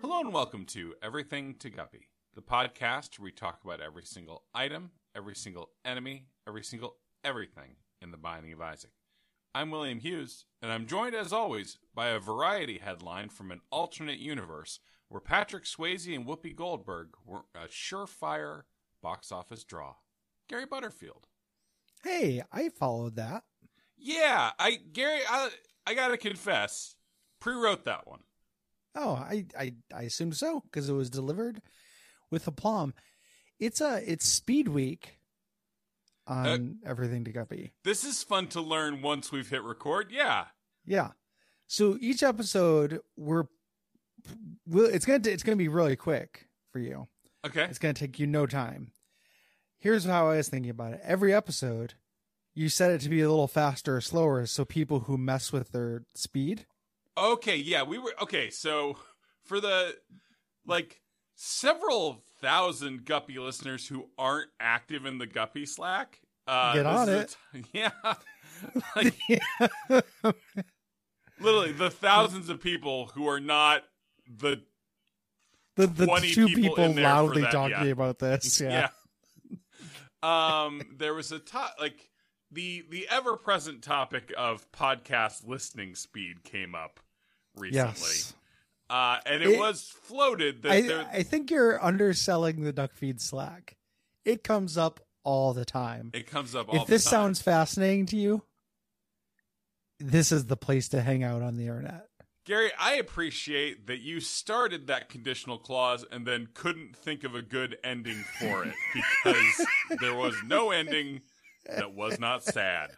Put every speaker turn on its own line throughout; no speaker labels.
Hello and welcome to Everything to Guppy, the podcast where we talk about every single item, every single enemy, every single everything in the Binding of Isaac. I'm William Hughes, and I'm joined as always by a variety headline from an alternate universe where Patrick Swayze and Whoopi Goldberg were a surefire box office draw. Gary Butterfield.
Hey, I followed that.
Yeah, I Gary, I I gotta confess, pre-wrote that one.
Oh, I I, I assume so because it was delivered with aplomb. It's a it's Speed Week on
Uh,
everything to Guppy.
This is fun to learn once we've hit record. Yeah,
Yeah. So each episode we're we'll, it's gonna it's gonna be really quick for you.
Okay.
It's gonna take you no time. Here's how I was thinking about it. Every episode, you set it to be a little faster or slower, so people who mess with their speed.
Okay, yeah, we were okay, so for the like several thousand guppy listeners who aren't active in the guppy Slack, uh
Get
this
on
is a
it.
t- yeah. like literally the thousands of people who are not the
the, the
20
two
people
people,
in there for
loudly
that,
talking
yeah.
about this. Yeah.
yeah. um there was a top like the the ever-present topic of podcast listening speed came up recently.
Yes.
Uh and
It-
it was floated that there
I, I think you're underselling the duck feed slack. It comes up all the time.
it comes up all
if
the
this
time.
sounds fascinating to you, this is the place to hang out on the internet.
Gary, I appreciate that you started that conditional clause and then couldn't think of a good ending for it because there was no ending that was not sad.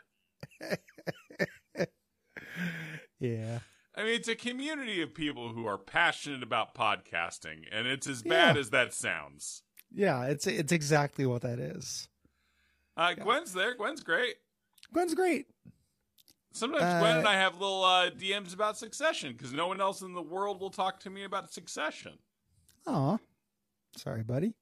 Yeah.
I mean, it's a community of people who are passionate about podcasting, and it's as bad
Yeah.
as that sounds.
Yeah, it's it's exactly what that is.
Uh, Gwen's there. Gwen's great.
Gwen's great.
Sometimes Gwen
Uh,
and I have little uh, DMs about Succession because no one else in the world will talk to me about Succession.
Aw. Sorry, buddy.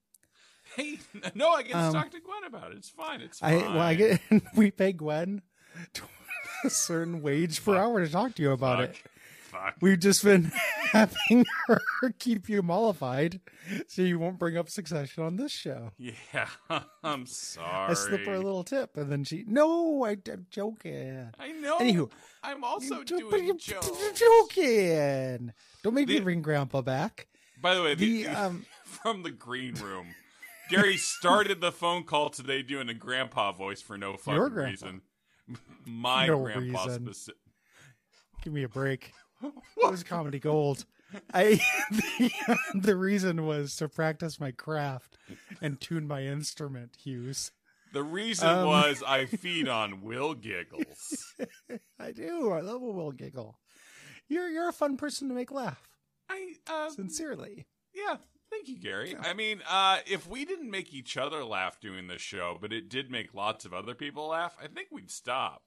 Hey, no, I get
Um,
to talk to Gwen about it. It's fine. It's
I
fine.
well, I get we pay Gwen a certain wage per
Fuck.
hour to talk to you about
Fuck.
it.
Fuck.
We've just been having her keep you mollified so you won't bring up succession on this show.
Yeah, I'm sorry.
I slip her a little tip and then she, no, I, am joking.
I know.
Anywho,
I'm also
You do- but
doing
you're-
jokes.
you're joking. Don't make me
The-
bring grandpa back.
By the way, the,
The, um,
from the green room, Gary started the phone call today doing a grandpa voice for no fucking
grandpa.
reason. My
No
grandpa
reason.
specific.
give me a break. It was comedy gold. I the, the reason was to practice my craft and tune my instrument, Hughes.
The reason
Um.
was I feed on Will giggles.
I do. I love a will giggle. You're you're a fun person to make laugh.
I uh,
Sincerely.
yeah. Thank you, Gary. I mean, uh, if we didn't make each other laugh doing this show, but it did make lots of other people laugh, I think we'd stop.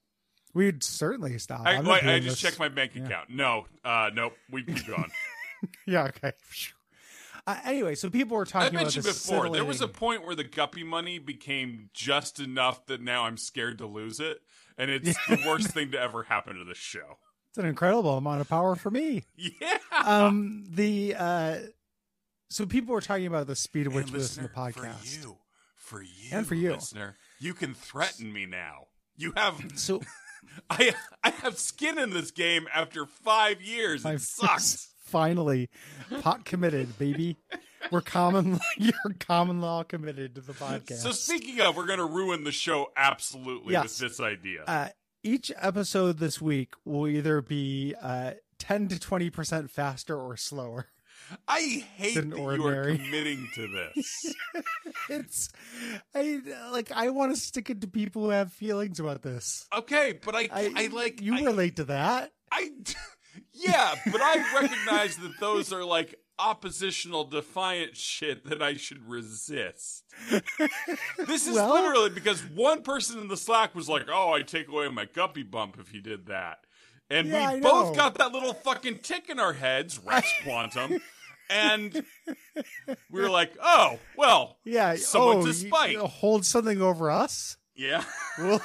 We'd certainly stop.
I,
I'm
wait,
not
I
doing
just
this.
checked my bank
Yeah.
account. No, uh, nope, we keep going.
Yeah, okay. Uh, anyway, so people were
I
talking about
mentioned
this
before there was a
scintillating-
point where the guppy money became just enough that now I'm scared to lose it, and it's the worst thing to ever happen to this show.
it's an incredible amount of power for me.
Yeah,
Um, the uh, so people were talking about the speed at
And
which we listen to
listener,
podcasts.
for you, for you,
And for you.
listener, you can threaten me now. You have
So
I I have skin in this game after five years.
I
it sucks.
finally pot committed, baby. We're common. You're common law committed to the podcast.
So speaking of, we're gonna ruin the show absolutely
Yes.
with this idea.
uh, each episode this week will either be uh, ten to twenty percent faster or slower.
I hate that
an
you are
ordinary-
committing to this.
It's I like I want to stick it to people who have feelings about this.
Okay, but I I, like
you
I,
relate to that.
I yeah, but I recognize that those are like oppositional defiant shit that I should resist. This is
Well-
literally because one person in the Slack was like, "Oh, I'd take away my guppy bump if you did that," and
Yeah,
we
I
both
know.
got that little fucking tick in our heads, Rex Quantum, and we were like, "Oh, well,
Yeah.
Someone
oh,
to
you-
spite.
you hold something over us.
yeah."
We'll-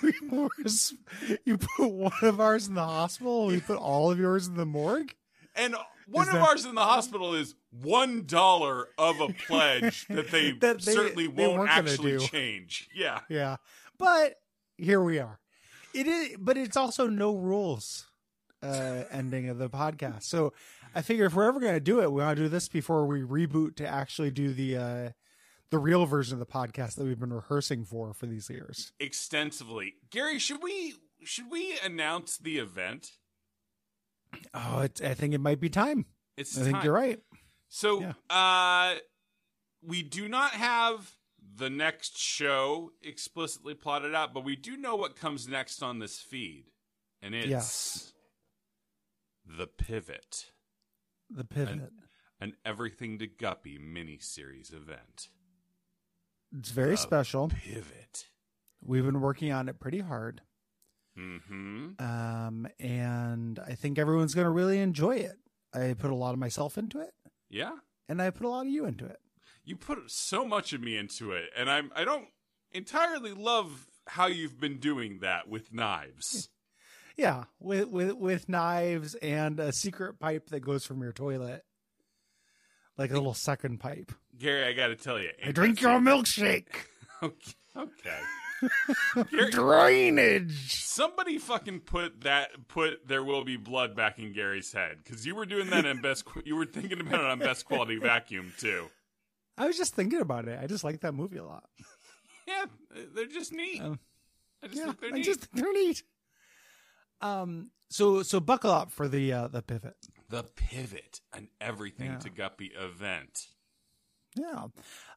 We were s- you put one of ours in the hospital. We put all of yours in the morgue.
And one of
Is that-
ours in the hospital is one dollar of a pledge that they,
That they-
certainly
they
won't
weren't gonna
actually
do.
change. Yeah.
Yeah, but here we are. It is, but it's also no rules uh, ending of the podcast. So I figure if we're ever going to do it, we want to do this before we reboot to actually do the uh, the real version of the podcast that we've been rehearsing for for these years.
Extensively. Gary, should we should we announce the event?
Oh, it, I think it might be time.
It's
I think
time.
you're right.
So
Yeah.
uh we do not have the next show explicitly plotted out, but we do know what comes next on this feed. And it's
Yes.
the pivot.
The pivot.
An everything to Guppy miniseries event.
it's very
the
special.
Pivot.
We've been working on it pretty hard,
Mm-hmm.
um, and I think everyone's going to really enjoy it. I put a lot of myself into it,
Yeah.
and I put a lot of you into it.
You put so much of me into it, and I'm I don't entirely love how you've been doing that with knives.
Yeah, with with with knives and a secret pipe that goes from your toilet, like a little sucking pipe.
Gary, I gotta tell you.
I
ain't
drink
that
your
same-
milkshake.
Okay. okay. Gary,
Drainage.
somebody fucking put that put there will be blood back in Gary's head because you were doing that on best Qu- you were thinking about it on best quality vacuum too.
I was just thinking about it. I just like that movie a lot.
Yeah, they're just neat.
Um,
I just
Yeah,
think they're
I
neat.
just think they're neat. Um. So so buckle up for the uh, the pivot.
The pivot, an everything
Yeah.
to Guppy event.
Yeah.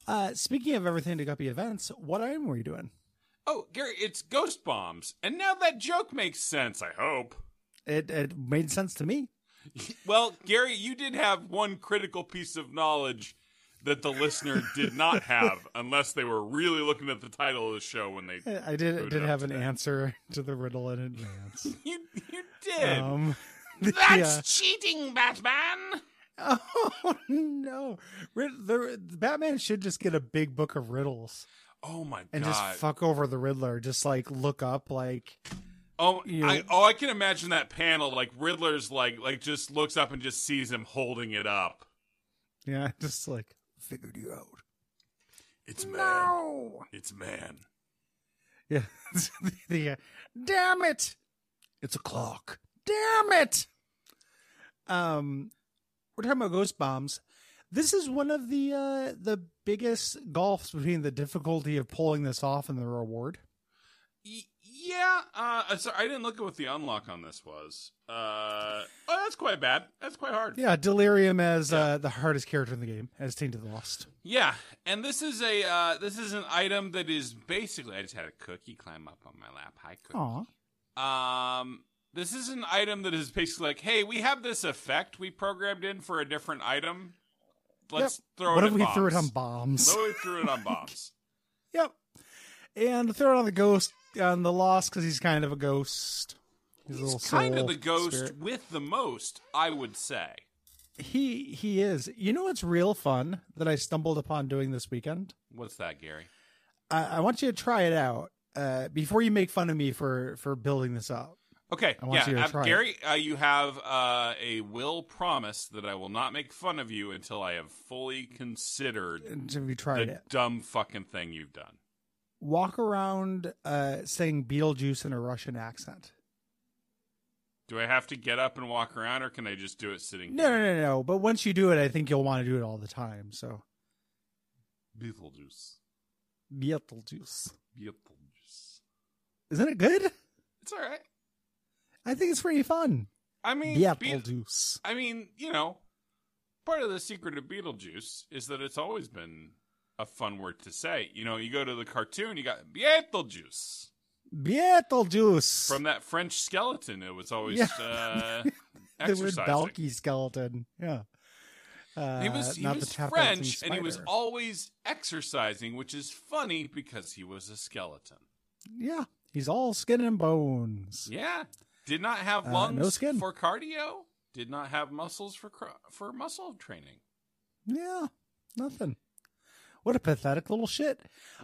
Uh, speaking of everything to Guppy events, what item were you doing?
Oh, Gary, it's ghost bombs. And now that joke makes sense, I hope.
It it made sense to me.
Well, Gary, you did have one critical piece of knowledge that the listener did not have unless they were really looking at the title of the show when they
I I did
Booted
did
up
have an
today.
answer to the riddle in advance.
You you did.
um. the,
That's
uh,
cheating, Batman.
Oh no! Rid- the, the Batman should just get a big book of riddles
Oh my
and just
god.
fuck over the Riddler. Just like look up, like
oh,
you-
I, oh, I can imagine that panel like Riddler's like like just looks up and just sees him holding it up.
yeah, just like figured you out.
It's
No,
It's man.
yeah. the, the, uh, damn it! It's a clock. Damn it! Um, we're talking about ghost bombs. This is one of the uh the biggest gulfs between the difficulty of pulling this off and the reward.
Y- yeah, uh, uh, sorry, I didn't look at what the unlock on this was. Uh, oh, that's quite bad. That's quite hard.
Yeah, Delirium as
Yeah.
uh, the hardest character in the game, as Tainted the Lost.
Yeah, and this is a uh, this is an item that is basically. I just had a cookie climb up on my lap. Hi, cookie.
Aw.
Um, this is an item that is basically like, hey, we have this effect we programmed in for a different item. Let's throw
What
it.
if
at
we threw it on
bombs.
bombs?
What if we threw it on bombs?
Yep. And throw it on the ghost on the lost because he's kind of a ghost. He's, a little
He's kind
soul
of the ghost
spirit.
with the most, I would say.
He he is. You know what's real fun that I stumbled upon doing this weekend?
What's that, Gary?
I, I want you to try it out uh, before you make fun of me for for building this up.
Okay,
I want
yeah,
you to
uh,
try it.
Gary, uh, you have uh, a will promise that I will not make fun of you until I have fully considered
Have you
the
tried it?
dumb fucking thing you've done.
Walk around uh, saying Beetlejuice in a Russian accent.
Do I have to get up and walk around, or can I just do it sitting?
No, no, no, no. But once you do it, I think you'll want to do it all the time. So
no. Beetlejuice.
Beetlejuice.
Beetlejuice.
Isn't it good?
It's all right.
I think it's pretty fun.
I mean, Beet-
Beetlejuice.
I mean, you know, part of the secret of Beetlejuice is that it's always been a fun word to say. You know, you go to the cartoon, you got Beetlejuice
Beetlejuice.
from that French skeleton. It was always
Yeah.
uh,
the weird
exercising.
donkey skeleton. Yeah. Uh,
he was he
not
was
the tap dancing
French, and he was
spider.
always exercising, which is funny because he was a skeleton.
Yeah, he's all skin and bones.
Yeah. Did not have
Uh,
lungs
no skin.
for cardio. Did not have muscles for cr- for muscle training.
Yeah, nothing. What a pathetic little shit.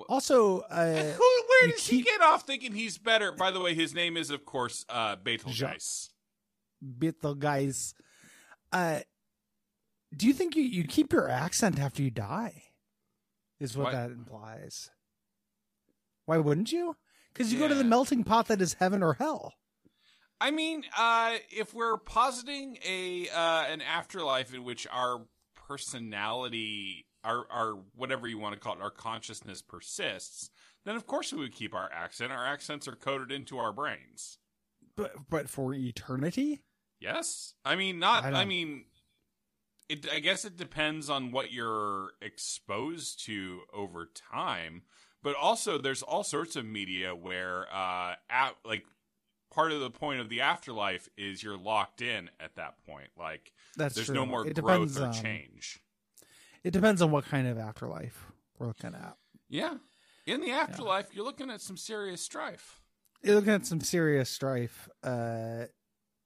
Also,
And
uh,
Who, where
you
does he
keep-
get off thinking he's better? By the way, his name is, of course, uh, Betelgeuse.
Beetlegeist. Uh, do you think you, you keep your accent after you die? Is what
Why-
that implies. Why wouldn't you? Because you go to the
Yeah.
melting pot that is heaven or hell.
I mean, uh, if we're positing a uh, an afterlife in which our personality, our our whatever you want to call it, our consciousness persists, then of course we would keep our accent. Our accents are coded into our brains.
But but for eternity?
Yes, I mean not.
I
I,
don't-
mean, it. I guess it depends on what you're exposed to over time, but also there's all sorts of media where, uh, at, like part of the point of the afterlife is you're locked in at that point. Like
That's
there's
true.
no more
it
growth
depends,
or
on-
change.
It depends on what kind of afterlife we're looking at.
Yeah, in the afterlife, you're looking at some serious strife.
You're looking at some serious strife. Uh,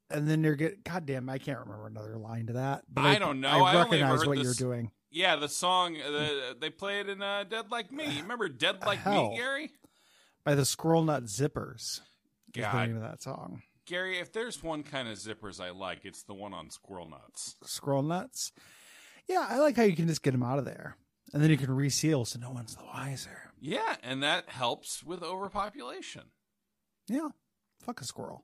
and then you're get goddamn, I can't remember another line to that. But
I don't know. I only ever
recognize
heard
what
this-
you're doing.
Yeah, the song uh, the, they played in uh, "Dead Like Me." You remember "Dead Like
Hell.
Me," Gary?
by the Squirrel Nut Zippers. Is the
God.
name of that song.
Gary, if there's one kind of zippers I like, it's the one on squirrel nuts.
Squirrel Nuts. Yeah, I like how you can just get them out of there, and then you can reseal so no one's the wiser.
Yeah, and that helps with overpopulation.
Yeah, fuck a squirrel.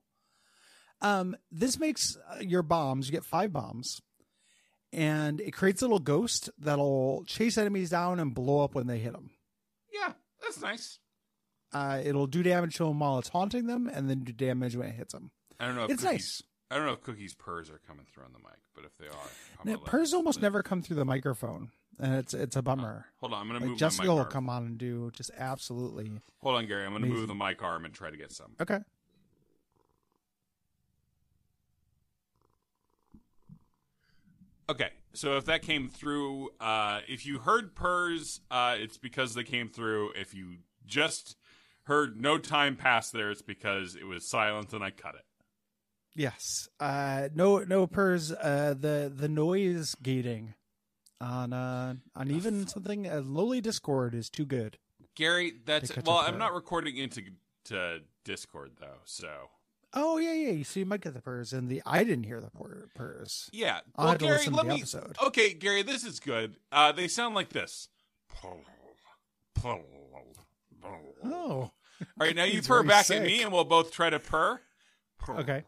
Um, this makes uh, your bombs. You get five bombs, and it creates a little ghost that'll chase enemies down and blow up when they hit them.
Yeah, that's nice.
Uh, it'll do damage to them while it's haunting them, and then do damage when it hits them.
I don't know. If
It's
cookies,
nice.
I don't know if cookies purrs are coming through on the mic, but if they are, I'm
Now,
gonna let
Purrs
it-
almost
let-
never come through the microphone, and it's it's a bummer.
Hold on, I'm gonna
Like
move
Jessica
my
will
mic arm.
come on and do just absolutely.
Hold on, Gary. I'm gonna move the
Amazing.
mic arm and try to get some.
Okay.
Okay, so if that came through, uh, if you heard purrs, uh, it's because they came through. If you just heard no time pass there, it's because it was silent and I cut it.
Yes. Uh no no purrs uh the the noise gating on uh on even something uh, lowly discord is too good.
Gary, that's
They catch
well.
up
I'm
there.
not recording into to Discord though, so
Oh yeah yeah so you might get the purrs and the I didn't hear the purr, purrs.
yeah.
I'll
well,
have to
Gary,
listen to
let
the
me.
episode.
Okay, Gary, this is good. Uh, they sound like this. All
Oh
right, now you
He's
purr
very
back
sick.
at me, and we'll both try to purr.
okay.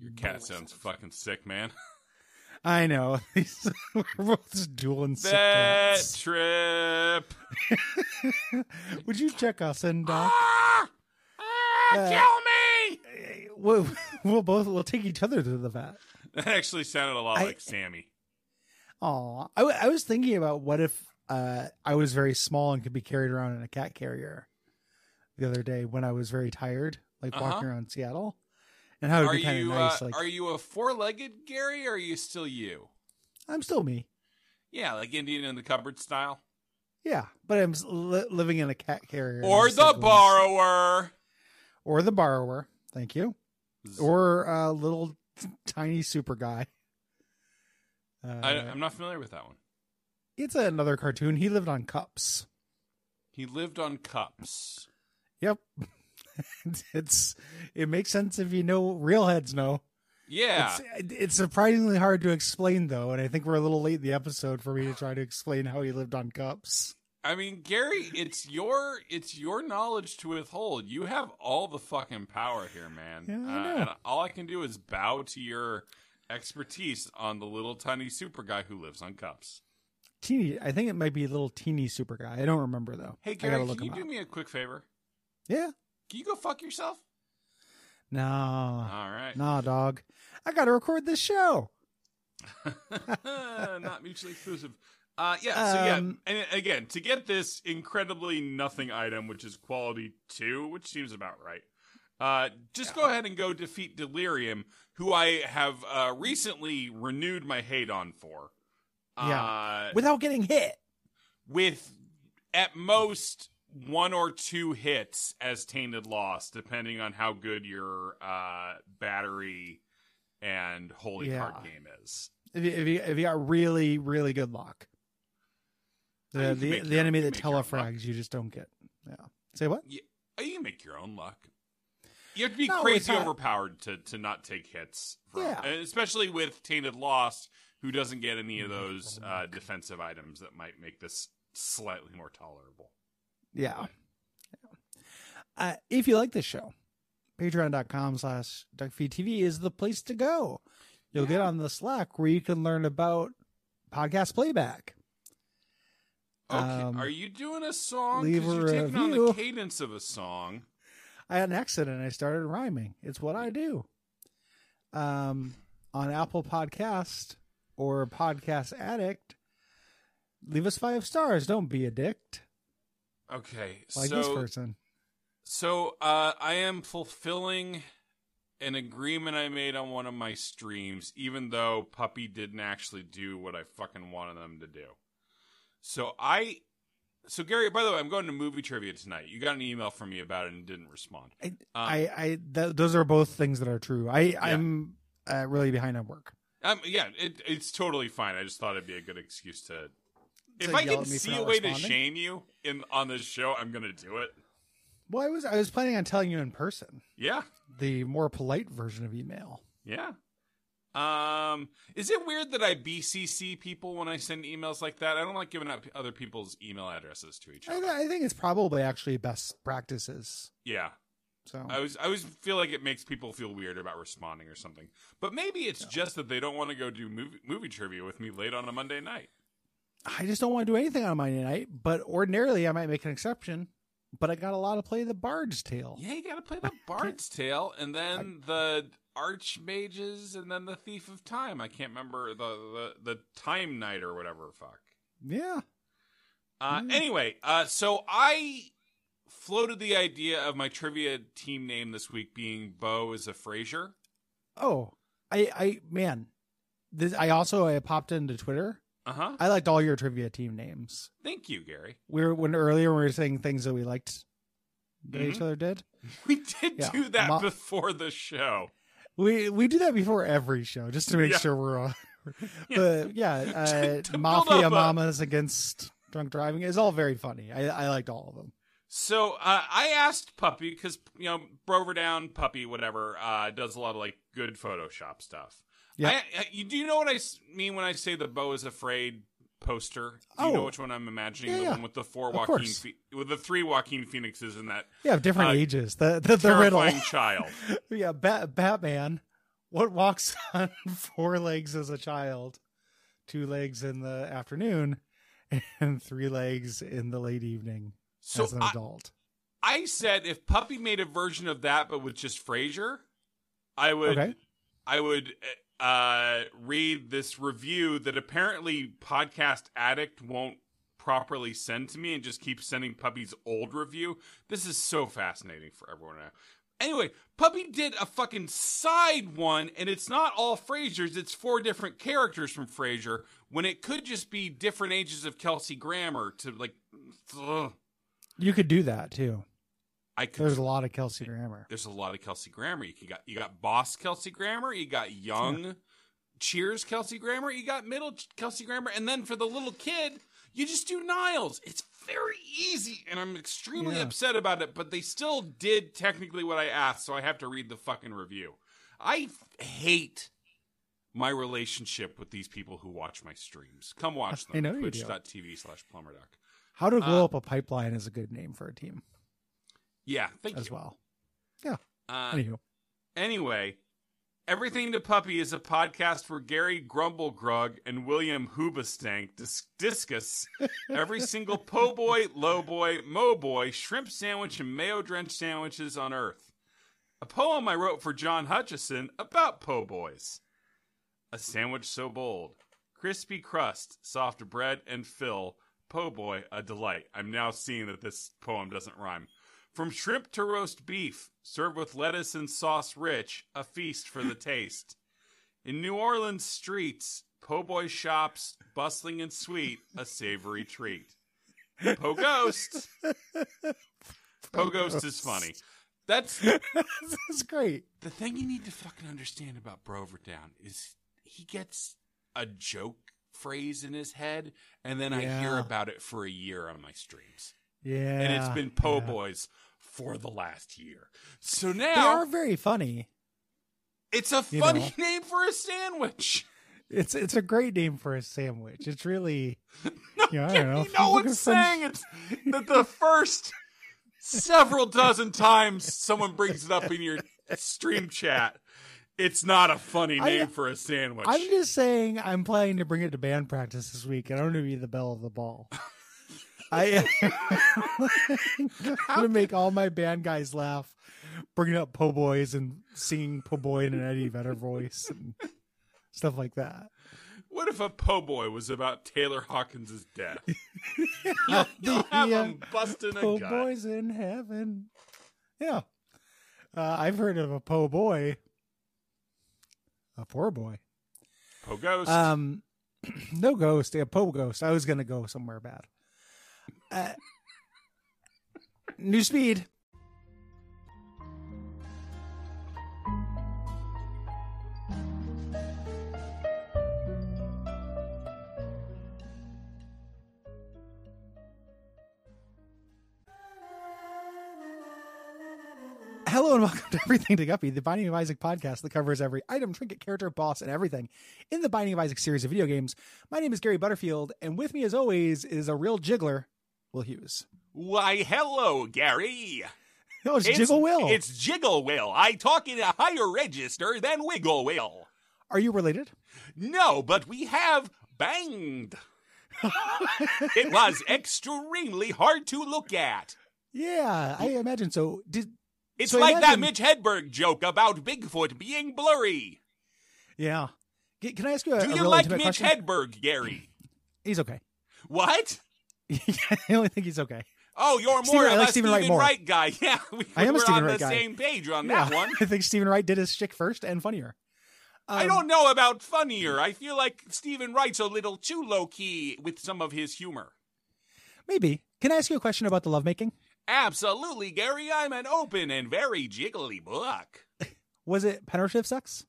Your cat sounds fucking sick, man.
I know. We're both just dueling sick
that
cats.
trip.
Would you check us in Doc?
Ah! Ah,
Uh,
kill me!
We'll, we'll both we'll take each other to the vet.
That actually sounded a lot
I-
like Sammy.
Oh, I, w- I was thinking about what if uh, I was very small and could be carried around in a cat carrier the other day when I was very tired, like walking
Uh-huh.
around Seattle, and how it would
Are
be kind of
you
nice.
uh,
like
are you a four legged Gary? or Are you still you?
I'm still me,
Yeah, like Indian in the cupboard style.
yeah, but I'm s- li- living in a cat carrier
Or
It's like
the
one-
borrower.
or the borrower. Thank you, or a little t- tiny super guy. Uh,
I, I'm not familiar with that one.
it's another cartoon. He lived on cups.
He lived on cups.
Yep, it's it makes sense if you know real heads know.
Yeah.
It's, it's surprisingly hard to explain, though, and I think we're a little late in the episode for me to try to explain how he lived on cups.
I mean, Gary, it's your it's your knowledge to withhold. You have all the fucking power here, man.
Yeah, I
Uh,
know.
and all I can do is bow to your expertise on the little tiny super guy who lives on cups.
Teeny, I think it might be a little teeny super guy. I don't remember though.
Hey,
I
Gary,
gotta look
can you
him
do
up.
me a quick favor?
Yeah,
Can you go fuck yourself?
Uh, no,
All right.
nah, dog. I gotta record this show.
Not mutually exclusive. Uh, yeah. So
Um,
yeah, and again, to get this incredibly nothing item, which is quality two, which seems about right. Uh, just go ahead and go defeat Delirium, who I have uh, recently renewed my hate on for.
Yeah.
Uh, with,
Without getting hit.
at most one or two hits as tainted loss, depending on how good your uh, battery and holy
Yeah.
card game is.
If you, if you, if you got really really good luck,
You
the
can
the,
make
the
your-
enemy
you
that
make your own luck.
telefrags you just don't get. Yeah. Say what?
Oh, You can make your own luck. You have to be
No, it's
crazy
not-
overpowered to, to not take hits. From,
Yeah.
and especially with Tainted Lost, who doesn't get any
Mm-hmm.
of those uh, defensive items that might make this slightly more tolerable.
Yeah. Uh, if you like this show, patreon.com slash duckfeedtv is the place to go. You'll get on the Slack where you can learn about podcast playback.
Okay.
Um,
Are you doing a song?
leave
Because
a
you're taking on the
review.
cadence of a song.
I had an accident. I started rhyming. It's what I do. Um, on Apple Podcast or Podcast Addict, leave us five stars. Don't be a dick
Okay.
like
so
this person.
So uh, I am fulfilling an agreement I made on one of my streams, even though Puppy didn't actually do what I fucking wanted them to do. So I, so Gary, by the way, I'm going to movie trivia tonight. You got an email from me about it and didn't respond.
I-
Um,
I, I th- those are both things that are true. I I'm uh, really behind on work.
um, yeah, it, it's totally fine. I just thought it'd be a good excuse to. If
To
I
yell
can
at me for
see
not
a way to
responding?
shame you in on this show, I'm gonna do it.
Well, I was I was planning on telling you in person,
Yeah.
the more polite version of email.
Yeah. Um, is it weird that I BCC people when I send emails like that? I don't like giving out other people's email addresses to each
I,
other.
I think it's probably actually best practices.
Yeah,
So
I was I always feel like it makes people feel weird about responding or something. But maybe it's just that they don't want to go do movie movie trivia with me late on a Monday night.
I just don't want to do anything on Monday night. But ordinarily, I might make an exception. But I got a lot of play the Bard's Tale.
Yeah, you got to play the Bard's Tale and then the Archmages and then the Thief of Time. I can't remember the the, the Time Knight or whatever. Fuck.
Yeah.
Uh,
Mm.
Anyway, uh, so I floated the idea of my trivia team name this week being Bo is a Frasier.
Oh, I I man, this I also I popped into Twitter.
Uh huh.
I liked all your trivia team names.
Thank you, Gary.
We were when earlier we were saying things that we liked that each
Mm-hmm.
other did.
We did
Yeah,
do that
Ma-
before the show.
We we do that before every show just to make
Yeah.
sure we're on. But yeah,
To- to
uh,
build
mafia
up a-
mamas against drunk driving is all very funny. I, I liked all of them.
So uh, I asked Puppy because you know Brover Down Puppy whatever uh, does a lot of like good Photoshop stuff.
Yeah.
I, I, you do you know what I s- mean when I say the Bo is afraid poster? Do you know
Oh.
which one I'm imagining?
Yeah,
the
yeah.
one with the four
Of
Joaquin,
course.
Phe- with the three Joaquin Phoenixes in that
Yeah, of different
Uh,
ages. The the, the riddle.
terrifying child.
yeah, Bat Batman. What walks on four legs as a child, two legs in the afternoon, and three legs in the late evening
So
as an
I,
adult.
I said if Puppy made a version of that, but with just Frasier, I would
Okay.
I would uh, read this review that apparently Podcast Addict won't properly send to me and just keep sending Puppy's old review. This is so fascinating for everyone now. Anyway, Puppy did a fucking side one, and it's not all Frasers. It's four different characters from Frasier. When it could just be different ages of Kelsey Grammer to like, ugh.
You could do that too.
I could
There's a lot of Kelsey Grammer.
there's a lot of Kelsey Grammer. You got you got boss Kelsey Grammer. You got young Cheers Kelsey Grammer. You got middle Ch- Kelsey Grammer, and then for the little kid, you just do Niles. It's very easy, and I'm extremely
Yeah.
upset about it. But they still did technically what I asked, so I have to read the fucking review. I f- hate my relationship with these people who watch my streams. Come watch them.
I know you do.
Twitch.tv slash plumberduck.
How to
Uh,
blow up a pipeline is a good name for a team
Yeah, thank
as
you.
well.
Uh,
Anywho.
Anyway, Everything to Puppy is a podcast where Gary Grumblegrug and William Hoobastank dis- discuss every single po' boy, low boy, mo' boy, shrimp sandwich, and mayo drenched sandwiches on earth. A poem I wrote for John Hutchison about po' boys. A sandwich so bold, crispy crust, soft bread, and fill. Po' boy, a delight. I'm now seeing that this poem doesn't rhyme. From shrimp to roast beef, served with lettuce and sauce rich, a feast for the taste. In New Orleans streets, po' boy shops, bustling and sweet, a savory treat. Po Ghost. Po Ghost is funny. That's
That's great.
the thing you need to fucking understand about Brovertown is he gets a joke phrase in his head, and then I hear
Yeah.
about it for a year on my streams.
Yeah.
and it's been Po
yeah.
Boys for the last year. So
They
now
are very funny.
it's a
you
funny
know.
name for a sandwich.
It's it's a great name for a sandwich. It's really
No,
Yeah, I don't
you
know.
know,
If you look
one's
at some-
saying it's that the first several dozen times someone brings it up in your stream chat. It's not a funny
I-
name for a sandwich.
I'm just saying I'm planning to bring it to band practice this week and I'm gonna be the bell of the ball. I am gonna make all my band guys laugh, bringing up po' boys and singing po' boy in an Eddie Vedder voice and stuff like that.
what if a po' boy was about Taylor Hawkins' death? You'll,
The,
you'll have
uh,
him busting a
po'
gut.
boys in heaven. Yeah, uh, I've heard of a po' boy, a poor boy.
Po' ghost.
Um, no ghost. Yeah, Poe ghost. I was gonna go somewhere bad. Uh, new speed. Hello and welcome to Everything to Guppy, the Binding of Isaac podcast that covers every item, trinket, character, boss, and everything in the Binding of Isaac series of video games. My name is Gary Butterfield, and with me, as always, is a real jiggler, Will Hughes.
Why, hello, Gary.
Oh, it's, Jiggle Will.
It's Jiggle Will. I talk in a higher register than Wiggle Will.
Are you related?
No, but we have banged. it was extremely hard to look at.
Yeah, I imagine so. Did
It's
So
like that
imagine-
Mitch Hedberg joke about Bigfoot being blurry.
yeah? G- Can I ask you Uh, a,
Do
a
you
real
like
intimate
Mitch
question?
Hedberg, Gary?
He's okay.
What?
I only think he's okay.
Oh, you're more
Stephen-
or
I like
less
Stephen
Stephen,
Wright more.
Wright guy. Yeah, we,
I am a
we're
Stephen
on
Wright
the
guy.
same page on
Yeah,
that one.
I think Stephen Wright did his shtick first and funnier.
I
Um,
don't know about funnier. I feel like Stephen Wright's a little too low key with some of his humor.
Maybe. Can I ask you a question about the lovemaking?
Absolutely, Gary. I'm an open and very jiggly book.
Was it pen or shift sex?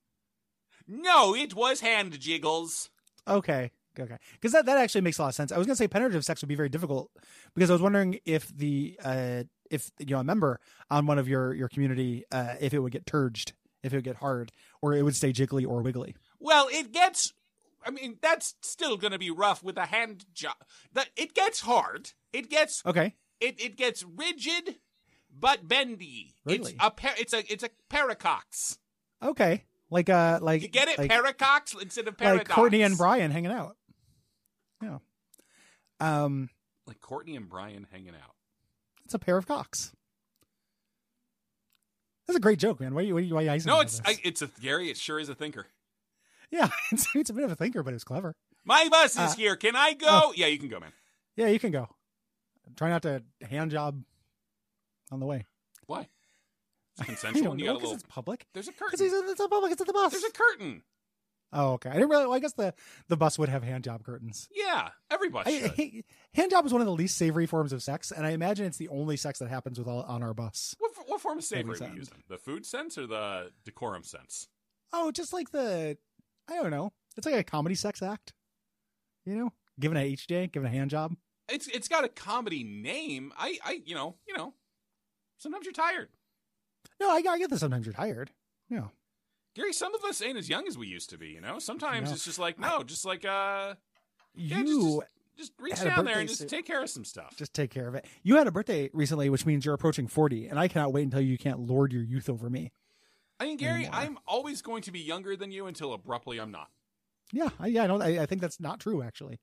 No, it was hand jiggles.
Okay. Okay. Because that, that actually makes a lot of sense. I was going to say penetrative sex would be very difficult because I was wondering if the, uh, if, you know, a member on one of your, your community, uh, if it would get turged, if it would get hard, or it would stay jiggly or wiggly.
Well, it gets. I mean, that's still going to be rough with a hand job. That it gets hard. It gets
Okay.
it it gets rigid, but bendy.
Really?
It's a par- it's a it's a paracox.
Okay. Like, uh, like,
You get it?
Like,
paracox instead of paradox.
like Courtney and Brian hanging out. Yeah. Um,
like Courtney and Brian hanging out.
it's a pair of cocks. That's a great joke, man. Why are you, why are you, why are you icing me
No,
on
it's
this?
I, it's a Gary. It sure is a thinker.
yeah, it's, it's a bit of a thinker, but it's clever.
My bus is
Uh,
here. Can I go?
oh.
Yeah, you can go, man.
Yeah, you can go. Try not to hand job on the way.
Why? It's
I
consensual.
don't
and you got
know
a
because
little.
it's public.
There's a
Because
curtain.
it's a public. It's at the bus.
There's a curtain.
oh, okay. I didn't really. Well, I guess the the bus would have hand job curtains.
Yeah, every bus
I,
should.
I- hand job is one of the least savory forms of sex, and I imagine it's the only sex that happens with all on our bus.
What, what form of savory are
Every
we using? The food sense or the decorum sense?
Oh, just like the, I don't know. It's like a comedy sex act. You know, giving a H day, giving a hand job.
It's it's got a comedy name. I I you know you know. Sometimes you're tired,
No, I, I get that. Sometimes you're tired.
Gary. Some of us ain't as young as we used to be. You know. Sometimes
No.
it's just like no, just like uh, Yeah,
you
just reach
Had a
down there and
birthday
just
suit.
take care of some stuff.
just take care of it. You had a birthday recently, which means you're approaching 40, and I cannot wait until you can't lord your youth over me.
I mean, Gary,
anymore.
I'm always going to be younger than you until abruptly I'm not.
Yeah, I, yeah, I know. I, I think that's not true, actually.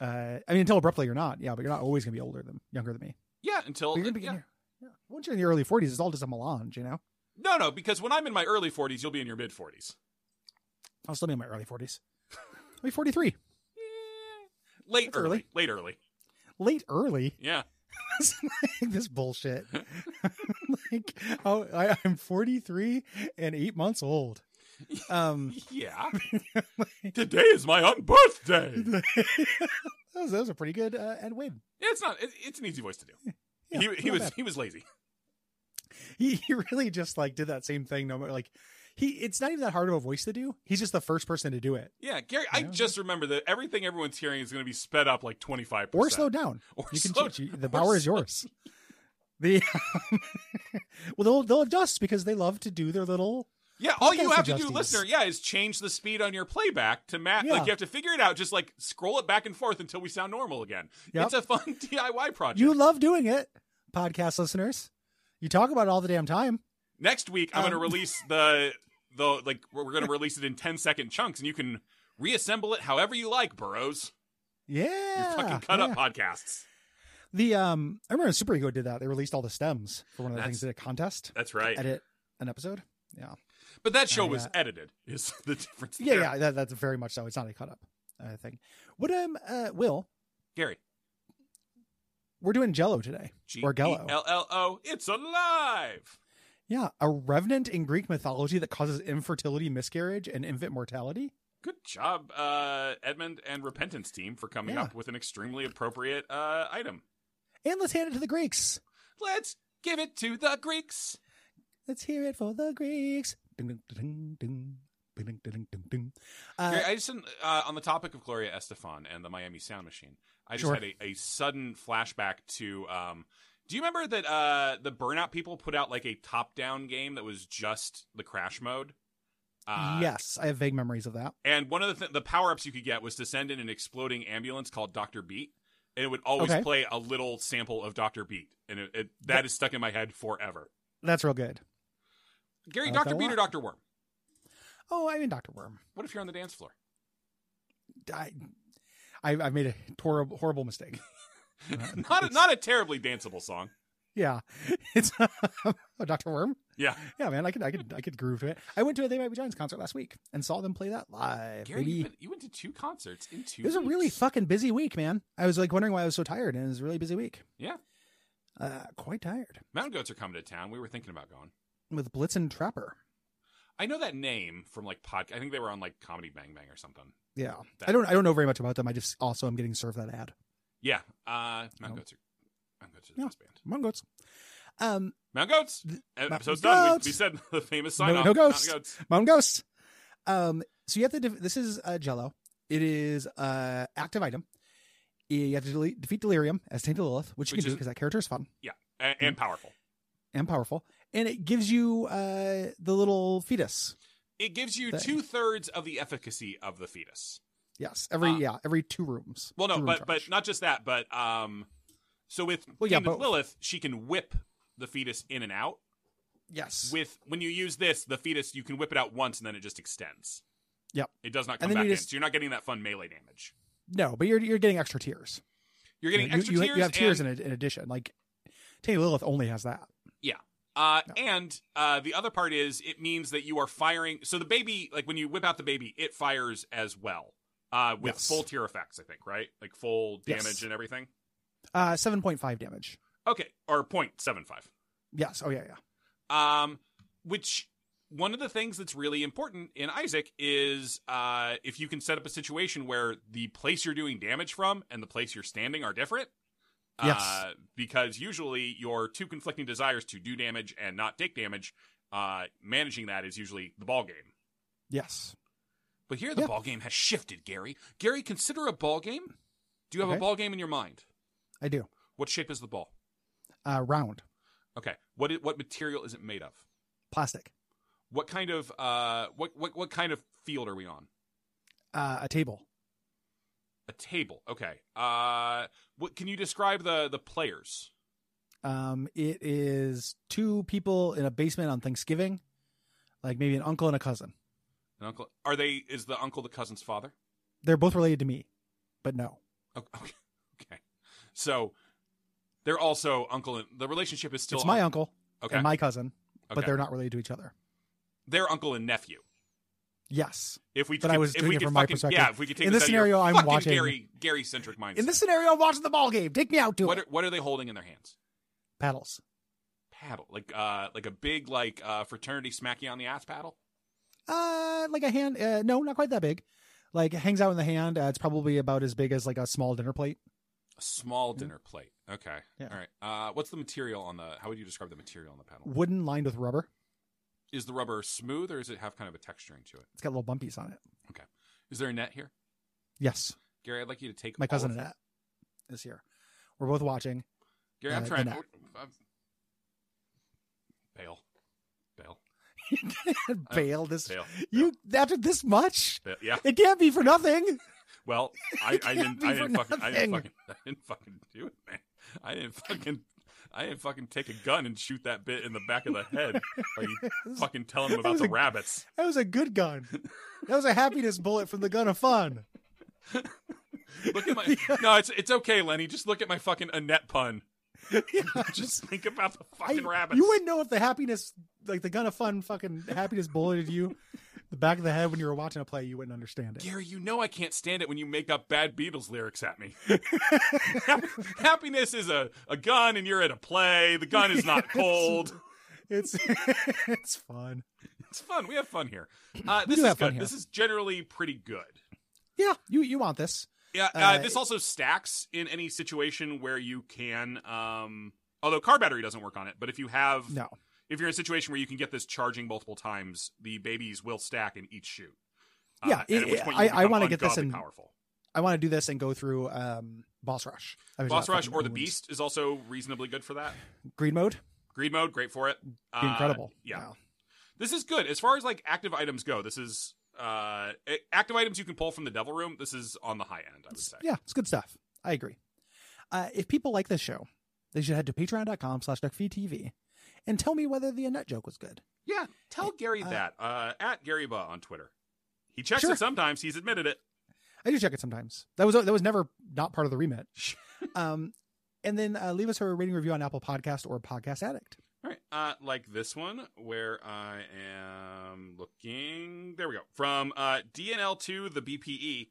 Uh, I mean, until abruptly you're not. Yeah, but you're not always going to be older than younger than me.
Yeah, until uh,
But you're going to be
yeah.
in your, yeah. once you're in the early 40s, it's all just a melange, you know.
no, no, because when I'm in my early 40s, you'll be in your mid 40s,
I'll still be in my early 40s. I'll be 43,
late
That's early.
late early.
late early.
Yeah,
this bullshit. like, oh, I, I'm 43 and eight months old. Um,
yeah. Today is my own birthday. Yeah,
that, was, that was a pretty good uh, Ed Wade.
it's not. It, it's an easy voice to do.
Yeah,
he he
not
was
bad.
he was lazy.
he, he really just like did that same thing no matter like He it's not even that hard of a voice to do. He's just the first person to do it
Yeah, Gary, I
Yeah.
just remember that everything everyone's hearing is going to be sped up like 25%.
or slow down.
Or
you can
slow
choose. You- The
or
power is
slow-
yours. The well, they'll they'll adjust because they love to do their little.
Yeah, all you
Podcast
have to do,
adjusties.
listener, yeah, is change the speed on your playback to match.
Yeah.
Like, you have to figure it out. Just like scroll it back and forth until we sound normal again.
Yep.
It's a fun DIY project.
You love doing it, podcast listeners. You talk about it all the damn time.
Next week, I'm going to
Um,
release the, the, like, we're going to release it in 10 second chunks and you can reassemble it however you like, Burrows.
Yeah,
Your fucking cut
yeah.
up podcasts.
The um, I remember when Super Ego did that. They released all the stems for one of the
That's-
things at a contest.
That's right.
Edit an episode. Yeah,
But that show
I,
was
uh,
edited, is the difference.
yeah,
there.
yeah. That, that's very much so. It's not a cut up uh, thing. What um, uh, Will,
Gary.
we're doing Jello today.
G
Or
E
Gello.
L L O. It's alive.
Yeah, a revenant in Greek mythology that causes infertility, miscarriage, and infant mortality.
Good job, uh, Edmund and Repentance team, for coming
Yeah.
up with an extremely appropriate uh, item.
And let's hand it to the Greeks.
Let's give it to the Greeks.
Let's hear it for the Greeks. Ding, ding, ding, ding, ding, ding, ding, ding, ding.
Gary,
Uh,
I just didn't- uh, on the topic of Gloria Estefan and the Miami Sound Machine. I just
Sure.
had a, a sudden flashback to. Um, do you remember that uh, the Burnout people put out like a top-down game that was just the crash mode? Uh,
yes, I have vague memories of that.
And one of the th- the power ups you could get was to send in an exploding ambulance called Doctor Beat, and it would always
Okay.
play a little sample of Doctor Beat, and it, it, that is stuck in my head forever.
That's real good.
Gary,
I like that
Doctor
a
Beat or
lot.
Doctor Worm?
Oh, I mean, Dr. Worm.
What if you're on the dance floor?
I, I, I made a horrible, horrible mistake. Uh,
not a,
it's-
not a terribly danceable song.
Yeah. It's oh, Dr. Worm.
Yeah,
Yeah, man, I could, I could, I could groove to it. I went to a They Might Be Giants concert last week and saw them play that live.
Gary,
baby.
you, went, you went to two concerts in two.
It was a really
weeks.
fucking busy week, man. I was like wondering why I was so tired, and it was a really busy week.
Yeah.
Uh, quite tired
Mountain Goats are coming to town. We were thinking about going.
with Blitz and Trapper.
I know that name from like podcast. I think they were on like Comedy Bang Bang or something.
Yeah,
That-
I don't, I don't know very much about them. I just also am getting served that ad.
Yeah, uh, Mountain
Oh.
Goats are Mountain Goats are the
Yeah.
best band.
Come on, goats. Um,
Mountain Goats.
Th-
Episode's
Mountain
done.
Goats.
We, we said the famous sign off.
no ghosts.
Mountain Goats.
Mountain Ghosts. Um, so you have to. Def- this is uh, Jello. It is uh active item. You have to dele- defeat Delirium as Tainted Lilith, which you
Which
can do
is-
because that character is fun
and, and powerful.
and powerful, and it gives you uh the little fetus.
It gives you
Thing.
two thirds of the efficacy of the fetus.
Yes, every
Ah.
yeah, every two rooms.
Well, no,
Two-room
but
charge.
but not just that, but um, so with
Well, yeah,
Kingdom
both.
Lilith, she can whip the fetus in and out.
yes,
With when you use this, the fetus you can whip it out once and then it just extends.
Yep.
it does not
And
come
then
back
you
in,
just-
so you're not getting that fun melee damage.
No, but you're you're getting extra tiers.
You're getting
you,
extra
you,
tears.
You have tiers
and,
in, ad- in addition. Like Taylor Lilith only has that.
Uh,
No.
And uh, the other part is it means that you are firing. So the baby, like when you whip out the baby, it fires as well uh, with
Yes.
full tier effects. I think right, like full
Yes.
damage and everything.
Uh, seven point five damage.
Okay, or 0.75.
Yes. Oh yeah, yeah.
Um, which one of the things that's really important in Isaac is uh, if you can set up a situation where the place you're doing damage from and the place you're standing are different. Uh,
Yes.
because usually your two conflicting desires to do damage and not take damage, uh, managing that is usually the ball game.
Yes.
But here the
Yeah.
ball game has shifted, Gary. Gary, consider a ball game. Do you have
Okay.
a ball game in your mind?
I do.
What shape is the ball?
Uh, round
Okay. What i- what material is it made of?
plastic.
What kind of uh what what what kind of field are we on?
Uh, a table.
A table. Okay. Uh what can you describe the the players?
Um, it is two people in a basement on Thanksgiving, like maybe an uncle and a cousin.
An uncle are they is the uncle the cousin's father? Oh,
They're both related to me, but no.
Okay. Okay. So they're also uncle and the relationship is still
it's my uncle
Okay.
and my cousin,
okay.
but they're not related to each other.
They're uncle and nephew.
Yes.
If we
But
could,
I was
if
doing
we
it
could
from my
fucking,
perspective.
Yeah, if we could take
In
this
this
out of your
scenario, I'm
fucking
watching-
Gary Gary centric mindset.
In this scenario, I'm watching the ball game. Take me out to
what
it.
are, what are they holding in their hands?
Paddles.
Paddle. Like uh like a big like uh fraternity smack you on the ass paddle?
uh like a hand uh, no not quite that big like it hangs out in the hand uh, it's probably about as big as like a small dinner plate
A small
Yeah.
dinner plate. Okay.
Mm-hmm. Yeah.
All right. Uh, what's the material on the? How would you describe the material on the paddle?
wooden lined with rubber
Is the rubber smooth or does it have kind of a texturing to it?
It's got little bumpies on it.
Is there a net here?
Yes,
Gary, I'd like you to take
my
all
cousin
of-
Annette is here. We're both watching.
Gary, I'm
uh,
trying.
the
to I'm- bail, bail,
Bail this.
bail,
You after this much?
bail. Yeah.
It can't be for nothing.
Well, I,
It
I
can't
didn't.
be
I
for
didn't fucking. I didn't
nothing.
fucking. I didn't fucking do it, man. I didn't fucking. I didn't fucking take a gun and shoot that bit in the back of the head. Are you fucking telling them
That
about
was
the
a-
rabbits?
That was a good gun. That was a happiness bullet from the gun of fun.
Look at my. No, it's it's okay, Lenny. Just look at my fucking Annette pun.
Yeah,
Just think about the
I-
fucking rabbits.
You wouldn't know if the happiness, like the gun of fun, fucking happiness bulleted you the back of the head when you were watching a play. You wouldn't understand it.
Gary, you know I can't stand it when you make up bad Beatles lyrics at me. Happ- Happiness is a, a gun and you're at a play. The gun is not cold.
It's it's fun.
It's fun. We have fun here. Uh, this
do
is
have fun
good.
here.
This is generally pretty good.
Yeah, you you want this?
Yeah, uh,
Uh,
this also stacks in any situation where you can. Um, although car battery doesn't work on it, but if you have,
No.
if you're in a situation where you can get this charging multiple times, the babies will stack in each shoot.
Yeah,
and
it-
at which
it-
point
I-
you
I
become
wanna get this
ungodly
in-
powerful.
I want to do this and go through um boss rush. I uh, was
Boss
about
Rush
fucking
or the
ruins.
Beast is also reasonably good for that.
Greed mode.
Greed mode, great for it. Uh,
incredible.
yeah,
Wow.
this is good as far as like active items go. This is uh a- active items you can pull from the Devil Room. This is on the high end, I would say.
Yeah, it's good stuff. I agree. Uh, if people like this show, they should head to patreon.com slash duckfeedtv and tell me whether the Annette joke was good.
Yeah, tell Gary
uh,
that uh, at Gary Ba on Twitter. He checks
Sure.
it sometimes. He's admitted it.
I do check it sometimes. That was that was never not part of the remit.
Sure.
um, and then uh, leave us a rating review on Apple Podcast or Podcast Addict.
All right, uh, like this one where I am looking. There we go. From uh, DNL to the BPE.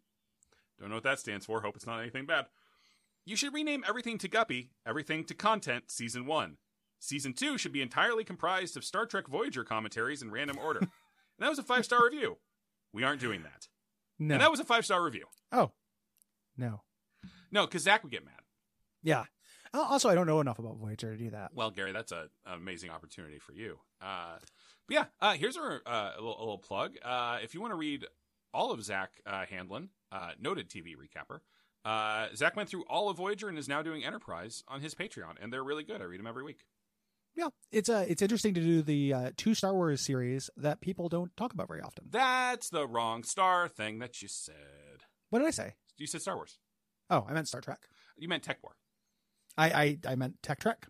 Don't know what that stands for. Hope it's not anything bad. You should rename everything to Guppy, everything to Content Season 1. Season 2 should be entirely comprised of Star Trek Voyager commentaries in random order. and that was a five star review. We aren't doing that.
No,
And that was a five star review.
no,
No, because Zach would get mad.
yeah. Al- Also, I don't know enough about Voyager to do that.
Well, Gary, that's a, an amazing opportunity for you. Uh, but yeah, uh, here's our, uh, a, little, a little plug. Uh, if you want to read all of Zach uh, Handlin, uh, noted TV recapper, uh, Zach went through all of Voyager and is now doing Enterprise on his Patreon, and they're really good. I read them every week.
Yeah, it's uh, it's interesting to do the uh, two Star Wars series that people don't talk about very often.
That's the wrong star thing that you said.
What did I say?
You said Star Wars.
Oh, I meant Star Trek.
You meant Tech War.
I I, I meant Tech Trek,